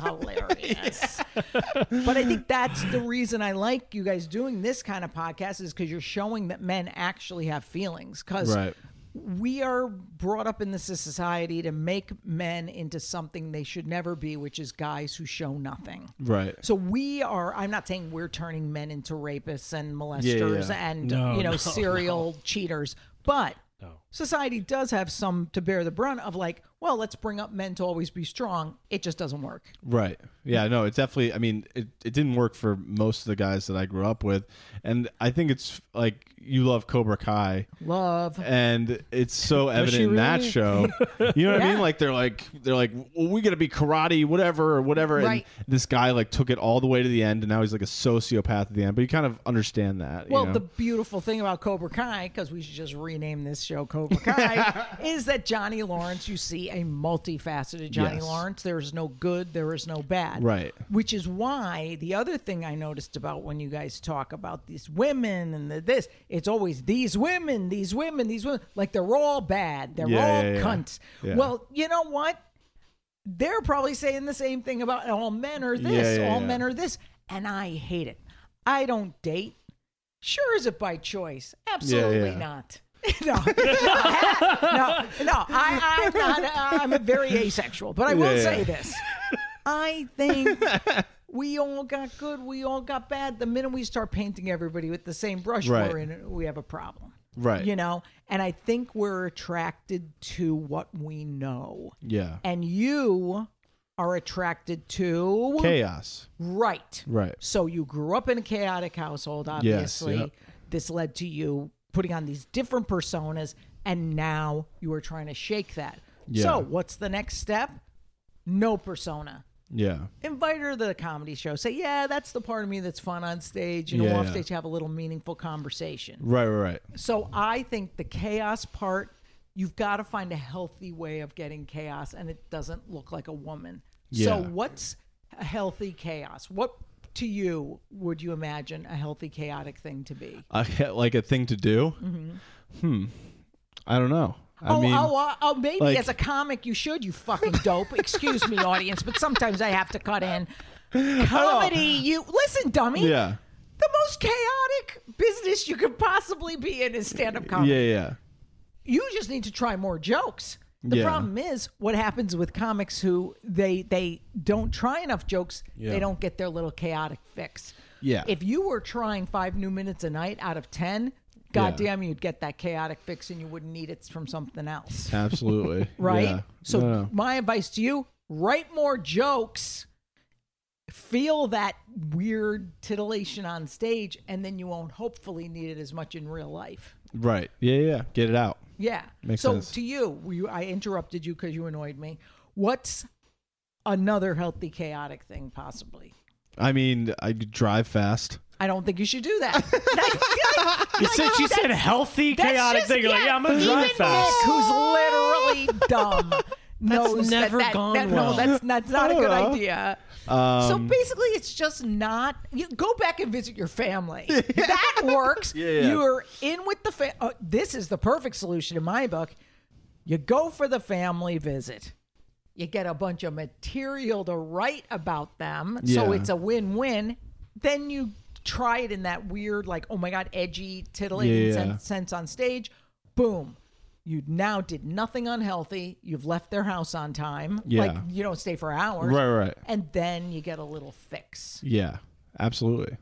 S1: hilarious. But I think that's the reason I like you guys doing this kind of podcast is because you're showing that men actually have feelings. Because
S3: Right.
S1: we are brought up in this society to make men into something they should never be, which is guys who show nothing.
S3: right.
S1: So we are. I'm not saying we're turning men into rapists and
S3: yeah.
S1: molesters and
S2: No,
S1: you know
S2: no,
S1: serial cheaters, but society does have some to bear the brunt of like, well, let's bring up men to always be strong. It just doesn't work.
S3: Right. Yeah, no, it's definitely I mean, it, it didn't work for most of the guys that I grew up with. And I think it's like you love Cobra Kai
S1: Love.
S3: and it's so evident
S2: she
S3: in that
S2: really?
S3: show. You know what I mean?
S1: Yeah.
S3: Like they're like they're like well, we got to be karate whatever or whatever
S1: Right.
S3: and this guy like took it all the way to the end and now he's like a sociopath at the end. But you kind of understand that, you
S1: Well,
S3: know?
S1: the beautiful thing about Cobra Kai, because we should just rename this show Cobra Kai, is that Johnny Lawrence, you see a multifaceted Johnny
S3: Yes.
S1: Lawrence. There is no good, there is no bad.
S3: Right.
S1: Which is why the other thing I noticed about when you guys talk about these women and the, this, it's always these women, these women, these women. Like they're all bad, they're
S3: Yeah,
S1: all
S3: yeah, yeah.
S1: cunts.
S3: Yeah.
S1: Well, you know what? they're probably saying the same thing about all men are this,
S3: Yeah, yeah,
S1: all
S3: yeah.
S1: men are this. And I hate it. I don't date. Sure, is it by choice? Absolutely
S3: yeah.
S1: not. no, no, no. I, I'm not. I'm a very asexual, but I will
S3: Yeah, yeah.
S1: say this: I think we all got good, we all got bad. The minute we start painting everybody with the same brush,
S3: Right.
S1: we're in, we have a problem.
S3: Right.
S1: You know, and I think we're attracted to what we know
S3: yeah.
S1: and you are attracted to
S3: Chaos.
S1: right.
S3: Right.
S1: So you grew up in a chaotic household, obviously.
S3: yep.
S1: This led to you putting on these different personas, and now you are trying to shake that.
S3: Yeah.
S1: So what's the next step? No persona.
S3: Yeah.
S1: Invite her to the comedy show. Say, yeah, that's the part of me that's fun on stage. You know,
S3: Yeah,
S1: off
S3: yeah.
S1: stage, have a little meaningful conversation.
S3: Right, right, right.
S1: So I think the chaos part, you've got to find a healthy way of getting chaos, and it doesn't look like a woman. So
S3: Yeah.
S1: what's a healthy chaos? What to you would you imagine a healthy chaotic thing to be?
S3: I, like a thing to do. Hmm. I don't know. I
S1: Mm-hmm. oh,
S3: mean
S1: oh, oh, oh, maybe
S3: like-
S1: as a comic you should, you fucking dope. Excuse me, audience, but sometimes I have to cut in. Comedy, you listen, dummy.
S3: Yeah.
S1: The most chaotic business you could possibly be in is stand-up comedy.
S3: Yeah, yeah.
S1: you just need to try more jokes. The
S3: Yeah.
S1: problem is what happens with comics who they they don't try enough jokes.
S3: Yeah.
S1: They don't get their little chaotic fix.
S3: Yeah.
S1: If you were trying five new minutes a night out of ten, goddamn, you'd get that chaotic fix, and you wouldn't need it from something else,
S3: Absolutely.
S1: right?
S3: Yeah.
S1: So
S3: No, no.
S1: my advice to you: write more jokes. Feel that weird titillation on stage, and then you won't hopefully need it as much in real life.
S3: Right. Yeah, yeah. Get it out.
S1: Yeah.
S3: Makes
S1: so
S3: sense.
S1: to you, were you, I interrupted you because you annoyed me. What's another healthy chaotic thing possibly?
S3: I mean, I could drive fast.
S1: I don't think you should do that.
S2: You said, she said healthy,
S1: Oh That's
S2: chaotic
S1: just-
S2: thing. You're like, yeah, I'm going to
S1: even
S2: drive fast.
S1: Nick, who's literally dumb, knows that-
S2: never
S1: that,
S2: gone
S1: that-
S2: well.
S1: No, that's that's not a
S3: I
S1: good
S3: don't
S2: Uh-huh.
S3: know.
S1: idea. so
S2: Um,
S1: basically, it's just not. You go back and visit your family. that works.
S3: Yeah, yeah.
S1: You're in with the family. this is the perfect solution in my book. You go for the family visit. You get a bunch of material to write about them, so
S3: Yeah.
S1: it's a win-win. Then you try it in that weird, like, oh my god, edgy, tiddling
S3: Yeah, yeah.
S1: sense, sense on stage. Boom. You now did nothing unhealthy. You've left their house on time. Like
S3: Yeah.
S1: you don't stay for hours.
S3: Right, right.
S1: And then you get a little fix.
S3: Yeah, absolutely.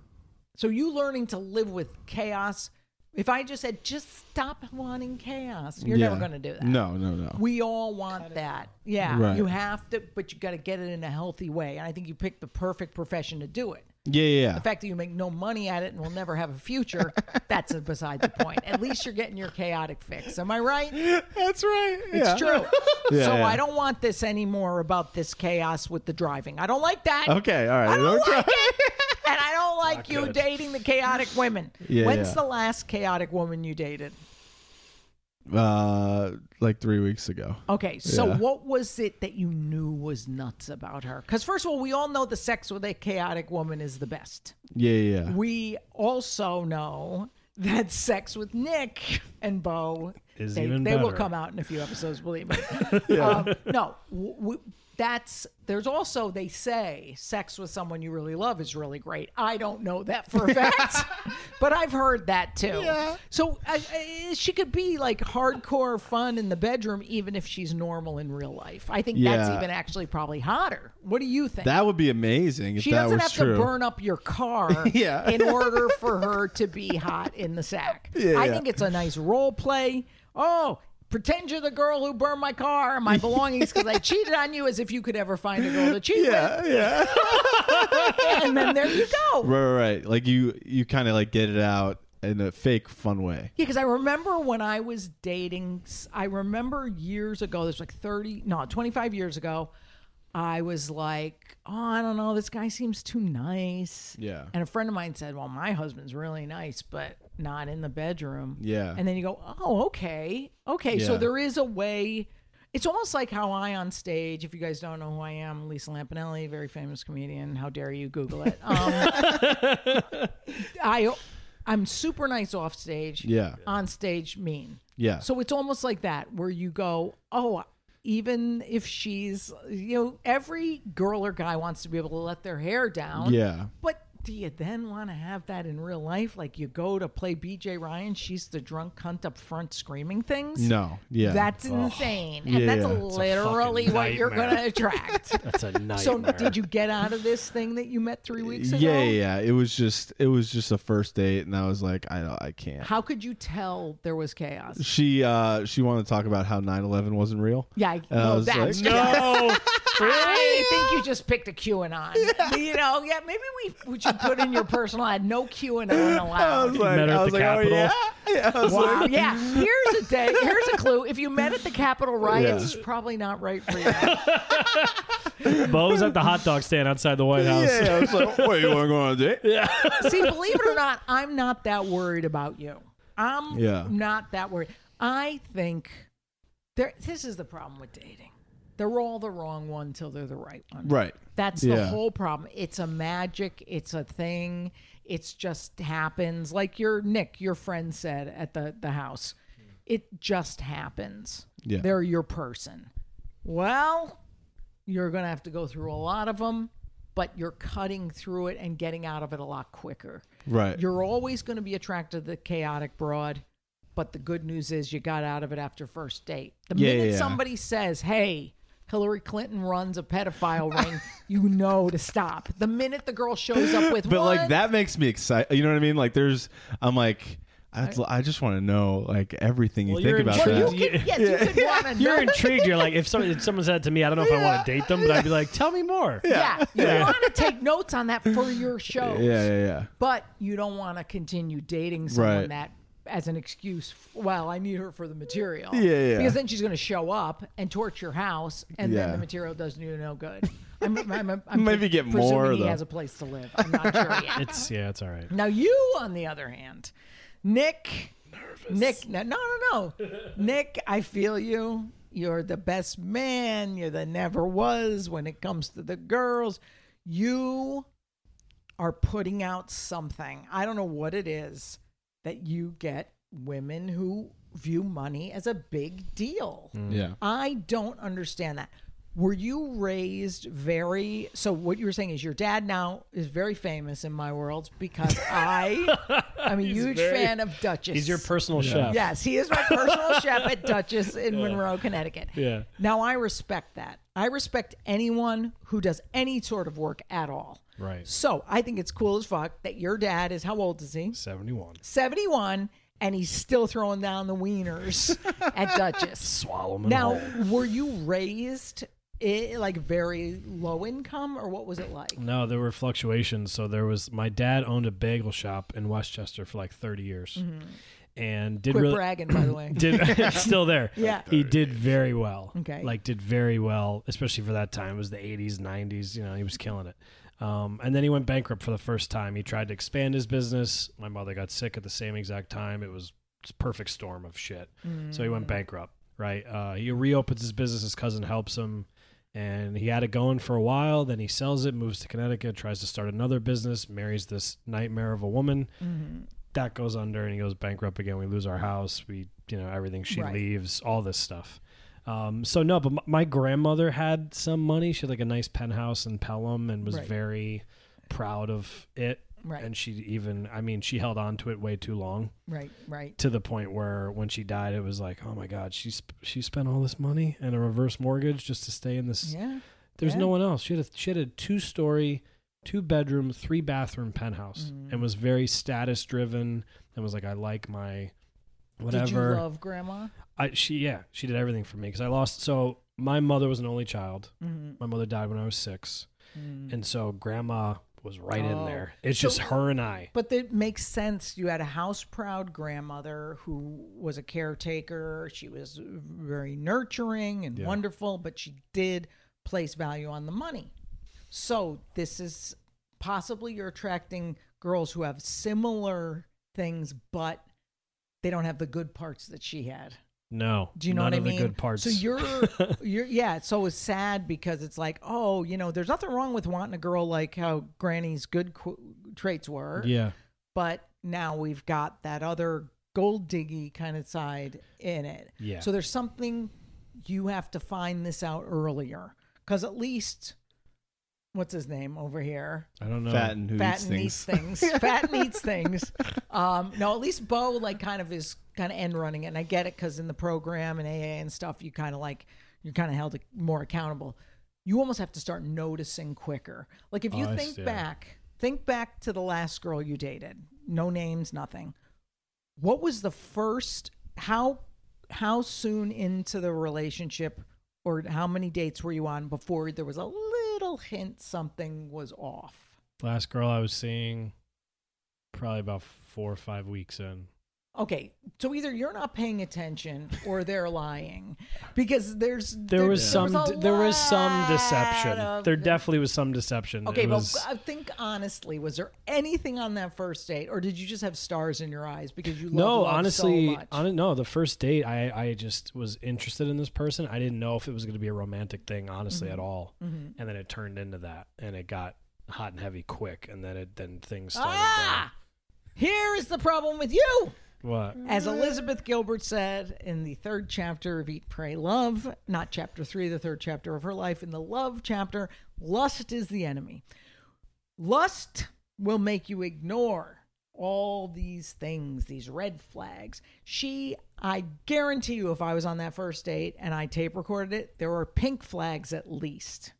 S1: So you learning to live with chaos. If I just said just stop wanting chaos, you're never
S3: Yeah.
S1: going to do that.
S3: No, no, no.
S1: We all want that. Yeah.
S3: Right.
S1: You have to, but you got to get it in a healthy way. And I think you picked the perfect profession to do it.
S3: yeah, yeah,
S1: The fact that you make no money at it and will never have a future, that's beside the point. At least you're getting your chaotic fix. Am I right?
S3: yeah. That's right.
S1: It's true.
S3: Yeah,
S1: so
S3: yeah.
S1: I don't want this anymore about this chaos with the driving. I don't like that.
S3: Okay, all right.
S1: I don't
S3: Don't
S1: like it. And I don't like you
S2: good.
S1: dating the chaotic women.
S3: Yeah,
S1: When's
S3: yeah.
S1: the last chaotic woman you dated?
S3: Uh, like three weeks ago.
S1: Okay, so
S3: Yeah.
S1: what was it that you knew was nuts about her? Because first of all, we all know the sex with a chaotic woman is the best.
S3: Yeah, yeah.
S1: We also know that sex with Nick and Bo
S2: Is
S1: they,
S2: even
S1: they will
S2: better.
S1: come out in a few episodes, believe me. um, no, w- w- that's there's also they say sex with someone you really love is really great. I don't know that for a fact, but I've heard that too. So I, I, she could be like hardcore fun in the bedroom, even if she's normal in real life. I think that's
S3: Yeah.
S1: even actually probably hotter. What do you think?
S3: That would be amazing if
S1: She
S3: that
S1: doesn't
S3: was
S1: have
S3: true.
S1: to burn up your car
S3: Yeah.
S1: in order for her to be hot in the sack.
S3: Yeah,
S1: I
S3: yeah.
S1: think it's a nice role play. Oh, pretend you're the girl who burned my car and my belongings because I cheated on you as if you could ever find a girl to cheat
S3: yeah, yeah.
S1: with. And then there you go.
S3: right, right, right. Like you, you kind of like get it out in a fake fun way.
S1: Yeah, because I remember when I was dating, s- I remember years ago, this was like 30, no, 25 years ago, I was like, oh, I don't know, this guy seems too nice.
S3: Yeah.
S1: And a friend of mine said, well, my husband's really nice, but not in the bedroom.
S3: Yeah.
S1: And then you go, oh, okay. Okay. So
S3: Yeah.
S1: there is a way. It's almost like how I on stage, if you guys don't know who I am, Lisa Lampanelli, very famous comedian. How dare you Google it? Um, I, I'm super nice off stage
S3: Yeah.
S1: on stage mean.
S3: Yeah.
S1: So it's almost like that where you go, oh, even if she's, you know, every girl or guy wants to be able to let their hair down.
S3: Yeah.
S1: But do you then want to have that in real life? Like you go to play BJ Ryan, she's the drunk cunt up front screaming things?
S3: No. Yeah.
S1: That's insane. And
S3: Yeah.
S1: that's
S3: It's
S1: literally
S2: Oh. fucking
S1: what you're going
S2: nightmare.
S1: to attract.
S2: That's a nightmare.
S1: so did you get out of this thing that you met three weeks
S3: Yeah,
S1: ago?
S3: yeah, yeah. It was just, it was just a first date, and I was like, I, don't- I can't.
S1: How could you tell there was chaos?
S3: She, uh, she wanted to talk about how 9-11 wasn't real.
S1: Yeah, I,
S3: And I
S1: no,
S3: was
S1: that's
S3: like,
S2: No.
S1: I think you just picked a QAnon. You know, yeah, maybe we, we should put in your personal ad no QAnon
S3: I
S1: allowed.
S3: was like,
S2: Met her
S3: I
S2: at
S3: was
S2: the
S3: like, oh
S2: Capitol.
S3: yeah. yeah. I was like,
S1: Wow. Yeah. Here's a day. Here's a clue. If you met at the Capitol riots,
S3: Yeah.
S1: it's probably not right for you.
S2: Bo's at the hot dog stand outside the White House.
S3: Yeah, I was like, wait, you want to go on a date? Yeah.
S1: See, believe it or not, I'm not that worried about you. I'm
S3: Yeah.
S1: not that worried. I think there. This is the problem with dating. They're all the wrong one till they're the right one.
S3: Right.
S1: That's the
S3: Yeah.
S1: whole problem. It's a magic. It's a thing. It's just happens. Like your Nick, your friend said at the the house, it just happens.
S3: Yeah.
S1: they're your person. Well, you're gonna have to go through a lot of them, but you're cutting through it and getting out of it a lot quicker.
S3: Right.
S1: You're always gonna be attracted to the chaotic broad, but the good news is you got out of it after first date. The
S3: Yeah,
S1: minute
S3: yeah, yeah.
S1: somebody says, "Hey," Hillary Clinton runs a pedophile ring, you know to stop. The minute the girl shows up with
S3: but
S1: one,
S3: like that makes me excited. You know what I mean? Like there's, I'm like, I'd, I just want to know like everything you
S2: Well,
S3: think
S2: you're
S3: about
S2: intrigued.
S1: well,
S3: that.
S1: you could, yes, you could want to
S2: You're
S1: know.
S2: intrigued. You're like, if, some, if someone said to me, I don't know if I want to date them, but I'd be like, tell me more.
S1: yeah, you want to take notes on that for your show.
S3: yeah, yeah, yeah.
S1: but you don't want to continue dating someone
S3: Right.
S1: that as an excuse. f- Well, I need her for the material.
S3: Yeah, yeah.
S1: Because then she's going to show up and torch your house, and then
S3: Yeah.
S1: the material doesn't do no good. I'm, I'm, I'm, I'm
S3: Maybe get
S1: presuming
S3: more,
S1: He
S3: though.
S1: has a place to live. I'm not sure yet.
S2: It's yeah, it's all right.
S1: Now you, on the other hand, Nick, Nick, no, no, no, no. Nick, I feel you. You're the best man. You're the never was when it comes to the girls. You are putting out something. I don't know what it is that you get women who view money as a big deal.
S3: Yeah.
S1: I don't understand that. Were you raised very so what you were saying is your dad now is very famous in my world because I I'm a huge
S2: very-
S1: fan of Duchess.
S2: He's your personal chef.
S1: Yes, he is my personal chef at Duchess in Monroe, Connecticut.
S2: Yeah.
S1: Now I respect that. I respect anyone who does any sort of work at all.
S2: Right.
S1: So I think it's cool as fuck that your dad is how old is he?
S2: Seventy one.
S1: 71 and he's still throwing down the wieners at Duchess.
S2: Swallow 'em
S1: Now,
S2: whole.
S1: were you raised i like very low income or what was it like?
S2: No, there were fluctuations. So there was my dad owned a bagel shop in Westchester for like thirty years, and did
S1: Quit
S2: really
S1: bragging, by the way.
S2: did still there.
S1: Yeah.
S2: he did very well.
S1: Okay.
S2: like did very well, especially for that time. It was the '80s, '90s. You know, he was killing it. Um, and then he went bankrupt for the first time. He tried to expand his business. My mother got sick at the same exact time. It was a perfect storm of shit. So he
S1: Mm.
S2: went bankrupt. Right. Uh, he reopens his business. His cousin helps him. And he had it going for a while. Then he sells it, moves to Connecticut, tries to start another business, marries this nightmare of a woman
S1: Mm.
S2: that goes under and he goes bankrupt again. We lose our house. We, you know, everything. She
S1: Right.
S2: leaves, all this stuff. Um, so no, but m- my grandmother had some money. She had like a nice penthouse in Pelham and was
S1: Right.
S2: very proud of it.
S1: Right.
S2: And she even, I mean, she held on to it way too long
S1: Right, right.
S2: to the point where when she died, it was like, oh my God, she, sp- she spent all this money and a reverse mortgage just to stay in this.
S1: Yeah.
S2: There's
S1: yeah.
S2: no one else. She had a, she had a two story, two bedroom, three bathroom penthouse,
S1: Mm-hmm.
S2: and was very status driven, and was like, I like my whatever.
S1: Did you love grandma?
S2: I she yeah she did everything for me because I lost. So my mother was an only child.
S1: Mm-hmm.
S2: My mother died when I was 6 and so grandma was right in
S1: Mm. Oh.
S2: there. It's
S1: So-
S2: just her and I.
S1: But that makes sense. You had a house proud grandmother who was a caretaker. She was very nurturing and wonderful, but she did place value on the money. So this is possibly you're attracting girls who have similar things, but they don't have the good parts that she had.
S2: No,
S1: Do you know
S2: none
S1: what I
S2: of
S1: mean?
S2: the good parts.
S1: So you're, you're, yeah. It's always sad because it's like, oh, you know, there's nothing wrong with wanting a girl like how Granny's good qu- traits were
S2: yeah.
S1: but now we've got that other gold diggy kind of side in it.
S2: Yeah.
S1: So there's something you have to find this out earlier because at least what's his name over here
S2: I don't know.
S3: Fat and who
S1: fat
S3: eats
S1: and
S3: things.
S1: eats things. fat and eats things. Um, no, at least Bo like kind of is kind of end running it, and I get it because in the program and AA and stuff, you kind of like you're kind of held ac- more accountable. You almost have to start noticing quicker. Like if you
S2: Oh, I
S1: think
S2: see.
S1: back, think back to the last girl you dated. No names, nothing. What was the first? How how soon into the relationship? Or how many dates were you on before there was a little hint something was off?
S2: Last girl I was seeing, probably about four or five weeks in.
S1: Okay, so either you're not paying attention or they're lying, because there's
S2: There was some.
S1: a
S2: there was some
S1: lot
S2: deception.
S1: of-
S2: There definitely was some deception.
S1: okay,
S2: It was,
S1: but I think honestly, was there anything on that first date, or did you just have stars in your eyes because you love
S2: no
S1: love so
S2: honestly
S1: much?
S2: hon- no the first date i i just was interested in this person i didn't know if it was going to be a romantic thing honestly
S1: Mm-hmm.
S2: at all and then it turned into that and it got hot and heavy quick and then it then things started
S1: ah, here is the problem with you.
S2: going, what
S1: As Elizabeth Gilbert said in the third chapter of Eat, Pray, Love, not chapter three, the third chapter of her life, in the love chapter, lust is the enemy. Lust will make you ignore all these things, these red flags. She, I guarantee you, if I was on that first date and I tape recorded it, there were pink flags at least.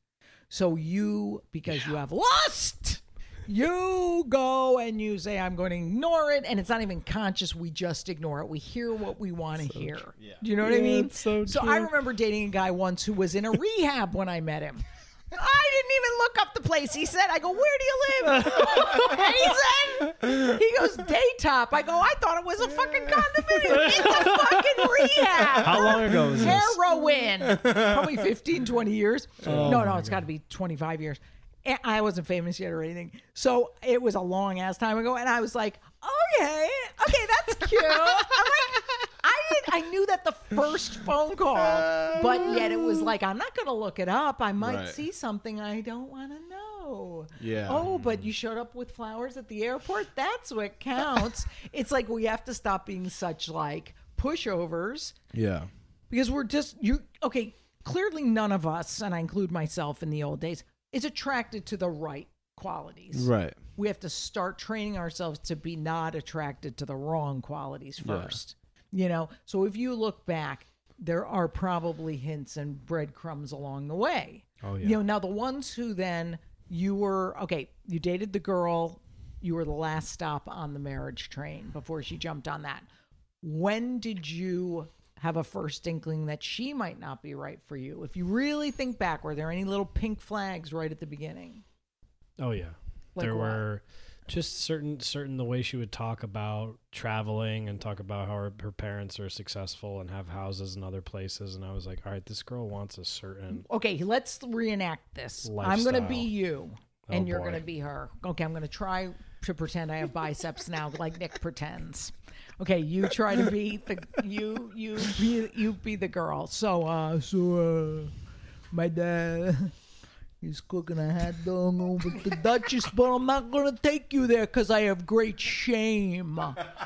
S1: So you, because you have lust, you go and you say, I'm going to ignore it. And it's not even conscious. We just ignore it. We hear what we want to hear. Do you know what I mean?
S3: it's so
S1: I remember dating a guy once who was in a rehab when I met him. I didn't even look up the place. He said, I go, where do you live? and he said, he goes, Daytop. I go, I thought it was a fucking condominium. It's a fucking rehab.
S2: How long ago was this?
S1: Heroin. Probably 15, 20 years.
S3: Oh
S1: no, no, it's got to be 25 years. And I wasn't famous yet or anything. So it was a long ass time ago. And I was like, okay, okay, that's cute. I'm like, I, didn't, I knew that the first phone call, but yet it was like, I'm not going to look it up. I might
S3: Right.
S1: see something I don't want to know.
S3: Yeah. Mm.
S1: Oh, but you showed up with flowers at the airport. That's what counts. it's like we have to stop being such like pushovers
S3: Yeah.
S1: because we're just you okay clearly none of us and i include myself in the old days is attracted to the right qualities
S3: Right.
S1: we have to start training ourselves to be not attracted to the wrong qualities first you know so if you look back there are probably hints and breadcrumbs along the way oh yeah you know now the ones who then you were okay you dated the girl you were the last stop on the marriage train before she jumped on that when did you have a first inkling that she might not be right for you if you really think back were there any little pink flags right at the beginning
S2: Oh yeah,
S1: Like
S2: there
S1: what?
S2: were just certain certain the way she would talk about traveling and talk about how her, her parents are successful and have houses in other places, and I was like, all right, this girl wants a certain.
S1: okay, let's reenact this. I'm going to be
S2: Lifestyle.
S1: you, and
S2: Oh,
S1: you're
S2: boy.
S1: going to be her. Okay, I'm going to try to pretend I have biceps now, like Nick pretends. Okay, you try to be the you you be, you be the girl. So uh, so uh, my dad. He's cooking a hot dog over at the Duchess, but I'm not going to take you there because I have great shame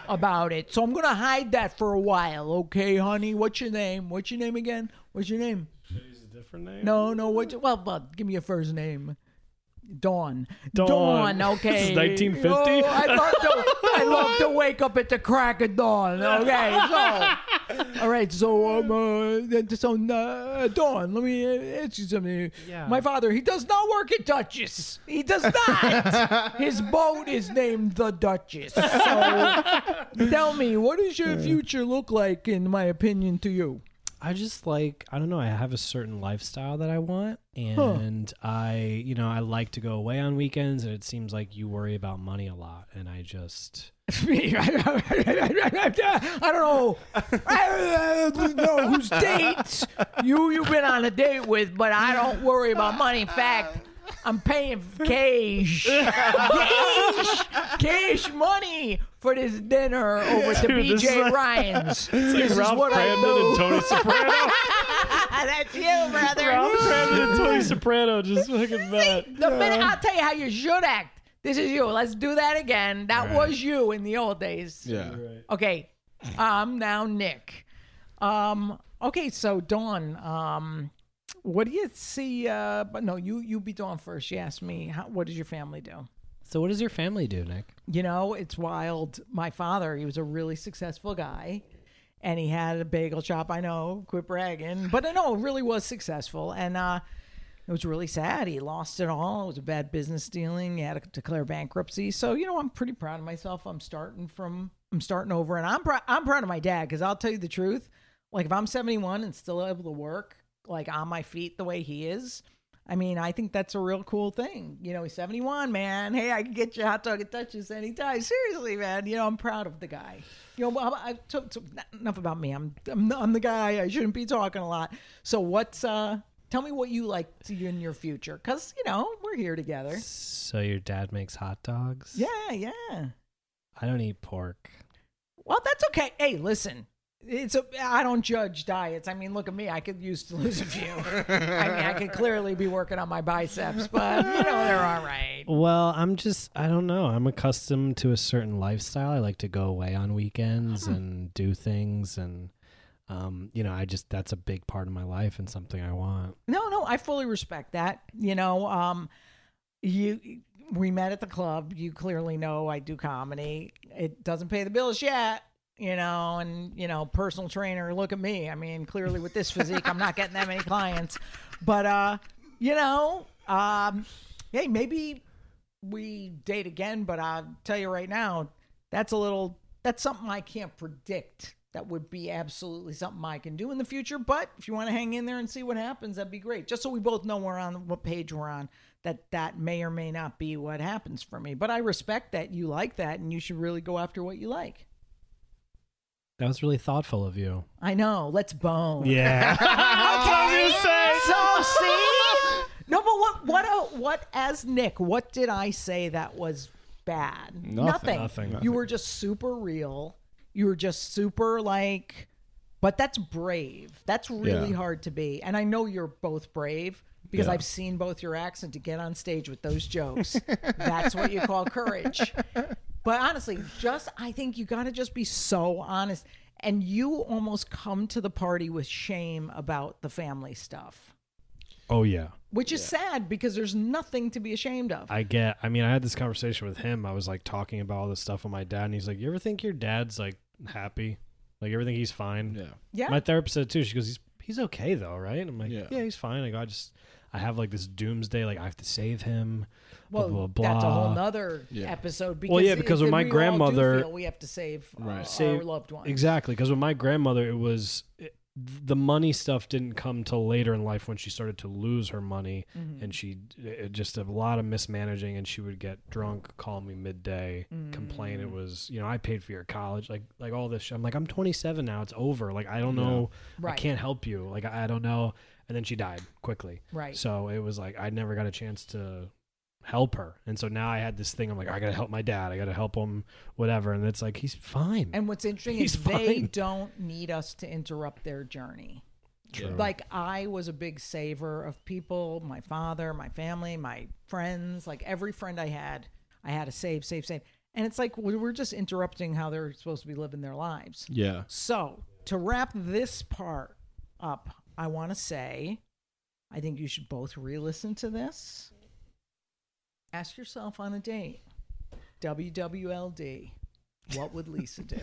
S1: about it. So I'm going to hide that for a while, okay, honey? What's your name? What's your name again? What's your name?
S2: Is a different name?
S1: No, no. What? Well, well, give me your first name. Dawn.
S2: Dawn. This
S1: okay.
S2: is 1950?
S1: Oh, I, love to, I love to wake up at the crack of dawn. Okay, so. All right, so, um, uh, so uh, Dawn, let me uh, ask you something.
S2: Yeah.
S1: My father, he does not work at Duchess. He does not. His boat is named the Duchess. So tell me, what does your future look like, in my opinion, to you?
S2: I just like I don't know. I have a certain lifestyle that I want, and I you know I like to go away on weekends, and it seems like you worry about money a lot, and I just
S1: me. I don't know. I don't know whose dates you you've been on a date with, but I don't worry about money. In fact, I'm paying cash, cash, cash money for this dinner over to
S2: Dude, this
S1: BJ
S2: is like-
S1: Ryan's. this is
S2: Ralph
S1: what I
S2: Brandon and
S1: do.
S2: Tony Soprano.
S1: That's you, brother.
S2: Ralph Brandon and Tony Soprano just fucking met.
S1: The minute I'll tell you how you should act. This is you. Let's do that again. That was you in the old days.
S3: Yeah.
S1: Okay. Um now Nick. Um okay, so Dawn, um what do you see uh but no, you you be Dawn first. You asked me how, what does your family do?
S2: So what does your family do, Nick?
S1: You know, it's wild. My father, he was a really successful guy and he had a bagel shop, I know, quit bragging, but I know really was successful and uh it was really sad. He lost it all. It was a bad business dealing. He had to declare bankruptcy. So you know, I'm pretty proud of myself. I'm starting from I'm starting over, and I'm pr- I'm proud of my dad because I'll tell you the truth. Like if I'm 71 and still able to work like on my feet the way he is, I mean, I think that's a real cool thing. You know, he's 71, man. Hey, I can get you a hot dog at Duchess anytime. Seriously, man. You know, I'm proud of the guy. You know, well, I, I, so, so, enough about me. I'm, I'm I'm the guy. I shouldn't be talking a lot. So what's uh? Tell me what you like to do in your future, because you know we're here together.
S2: So your dad makes hot dogs.
S1: Yeah, yeah.
S2: I don't eat pork.
S1: Well, that's okay. Hey, listen. It's a. I don't judge diets. I mean, look at me. I could use to lose a few. I mean, I could clearly be working on my biceps, but you know they're all right.
S2: Well, I'm just I don't know. I'm accustomed to a certain lifestyle. I like to go away on weekends and do things and um, you know, I just that's a big part of my life and something I want.
S1: No, no, I fully respect that. You know, um, you we met at the club. You clearly know I do comedy. It doesn't pay the bills yet. You know, and you know, personal trainer. Look at me. I mean, clearly with this physique, I'm not getting that many clients. But uh, you know, um, hey, maybe we date again. But I'll tell you right now, that's a little. That's something I can't predict. that would be absolutely something I can do in the future. But if you want to hang in there and see what happens, that'd be great. Just so we both know we're on what page we're on, that that may or may not be what happens for me. But I respect that you like that, and you should really go after what you like.
S2: That was really thoughtful of you.
S1: I know. Let's bone.
S2: Yeah.
S1: So see. No, but what what uh, what as Nick? What did I say that was bad?
S3: Nothing.
S2: Nothing.
S1: You were just super real. You were just super like, but that's brave. That's really
S3: Yeah.
S1: hard to be. And I know you're both brave because
S3: Yeah.
S1: I've seen both your acts and to get on stage with those jokes. that's what you call courage. But honestly, just I think you got to just be so honest. And you almost come to the party with shame about the family stuff,
S2: oh yeah.
S1: which is sad because there's nothing to be ashamed of.
S2: I get. I mean, I had this conversation with him. I was like talking about all this stuff with my dad, and he's like, "You ever think your dad's like happy? Like everything he's fine?"
S3: Yeah.
S1: yeah.
S2: My therapist said it too. She goes, "He's he's okay though, right?" And I'm like, "Yeah,
S3: Yeah.
S2: he's fine." I go, "I just I have like this doomsday. Like I have to save him." Blah
S1: Well,
S2: blah blah.
S1: that's a whole
S2: blah.
S1: nother
S3: Yeah.
S1: episode. Because
S2: Well, yeah, because
S1: it-
S2: with my
S1: we all do
S2: grandmother-
S1: feel we have to save uh,
S3: Right.
S1: our
S2: Save-
S1: loved ones.
S2: Exactly, because with my grandmother, it was it, the money stuff didn't come till later in life when she started to lose her money,
S1: Mm-hmm.
S2: and she it, just a lot of mismanaging, and she would get drunk, call me midday, complain
S1: Mm.
S2: it was you know I paid for your college, like like all this. Shit. I'm like I'm 27 now, it's over. Like I don't know,
S1: Right.
S2: I can't help you. Like I, I don't know, and then she died quickly.
S1: Right.
S2: So it was like I never got a chance to help her, and so now I had this thing. I'm like I gotta help my dad. I gotta help him, whatever. And it's like he's fine.
S1: And what's interesting
S2: He's
S1: is they
S2: fine.
S1: don't need us to interrupt their journey.
S2: True.
S1: Like I was a big saver of people, my father, my family, my friends, like every friend I had, I had to save, save, save. And it's like we- we're just interrupting how they're supposed to be living their lives.
S3: Yeah.
S1: So, to wrap this part up, I want to say I think you should both re listen to this. Ask yourself on a date WWLD, what would Lisa do?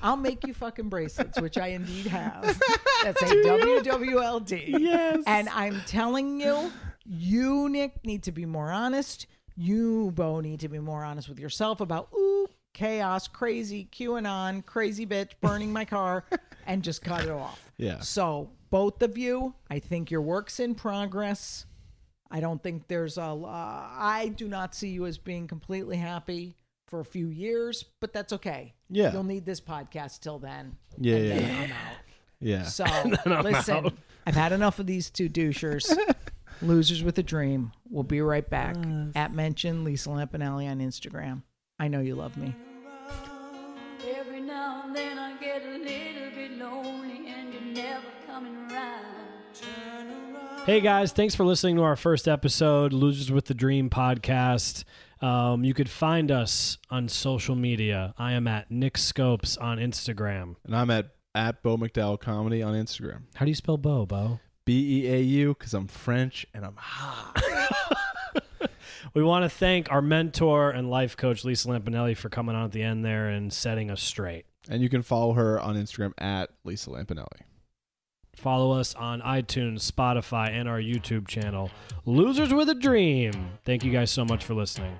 S1: I'll make you fucking bracelets, which I indeed have. That's a WWLD.
S2: Yes.
S1: And I'm telling you, you, Nick, need to be more honest. You, Bo, need to be more honest with yourself about, ooh, chaos, crazy, QAnon, crazy bitch, burning my car, and just cut it off.
S3: Yeah.
S1: So, both of you, I think your work's in progress. I don't think there's a. Uh, I do not see you as being completely happy for a few years, but that's okay.
S3: Yeah.
S1: You'll need this podcast till then.
S3: Yeah,
S1: and then
S3: yeah.
S1: I'm out.
S3: Yeah.
S1: So listen, I've had enough of these two douchers. Losers with a dream. We'll be right back. At mention Lisa Lampanelli on Instagram. I know you love me.
S4: Every now and then I get a little bit lonely and you're never coming around.
S2: Hey guys, thanks for listening to our first episode, Losers with the Dream podcast. Um, you could find us on social media. I am at Nick Scopes on Instagram.
S3: and I'm at at Bo McDowell Comedy on Instagram.
S2: How do you spell Bo, Bo?
S3: B E A U because I'm French and I'm hot.
S2: We want to thank our mentor and life coach, Lisa Lampanelli, for coming on at the end there and setting us straight.
S3: And you can follow her on Instagram at Lisa Lampanelli.
S2: Follow us on iTunes, Spotify, and our YouTube channel, Losers with a Dream. Thank you guys so much for listening.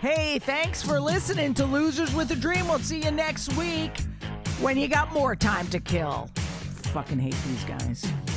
S1: Hey, thanks for listening to Losers with a Dream. We'll see you next week when you got more time to kill. Fucking hate these guys.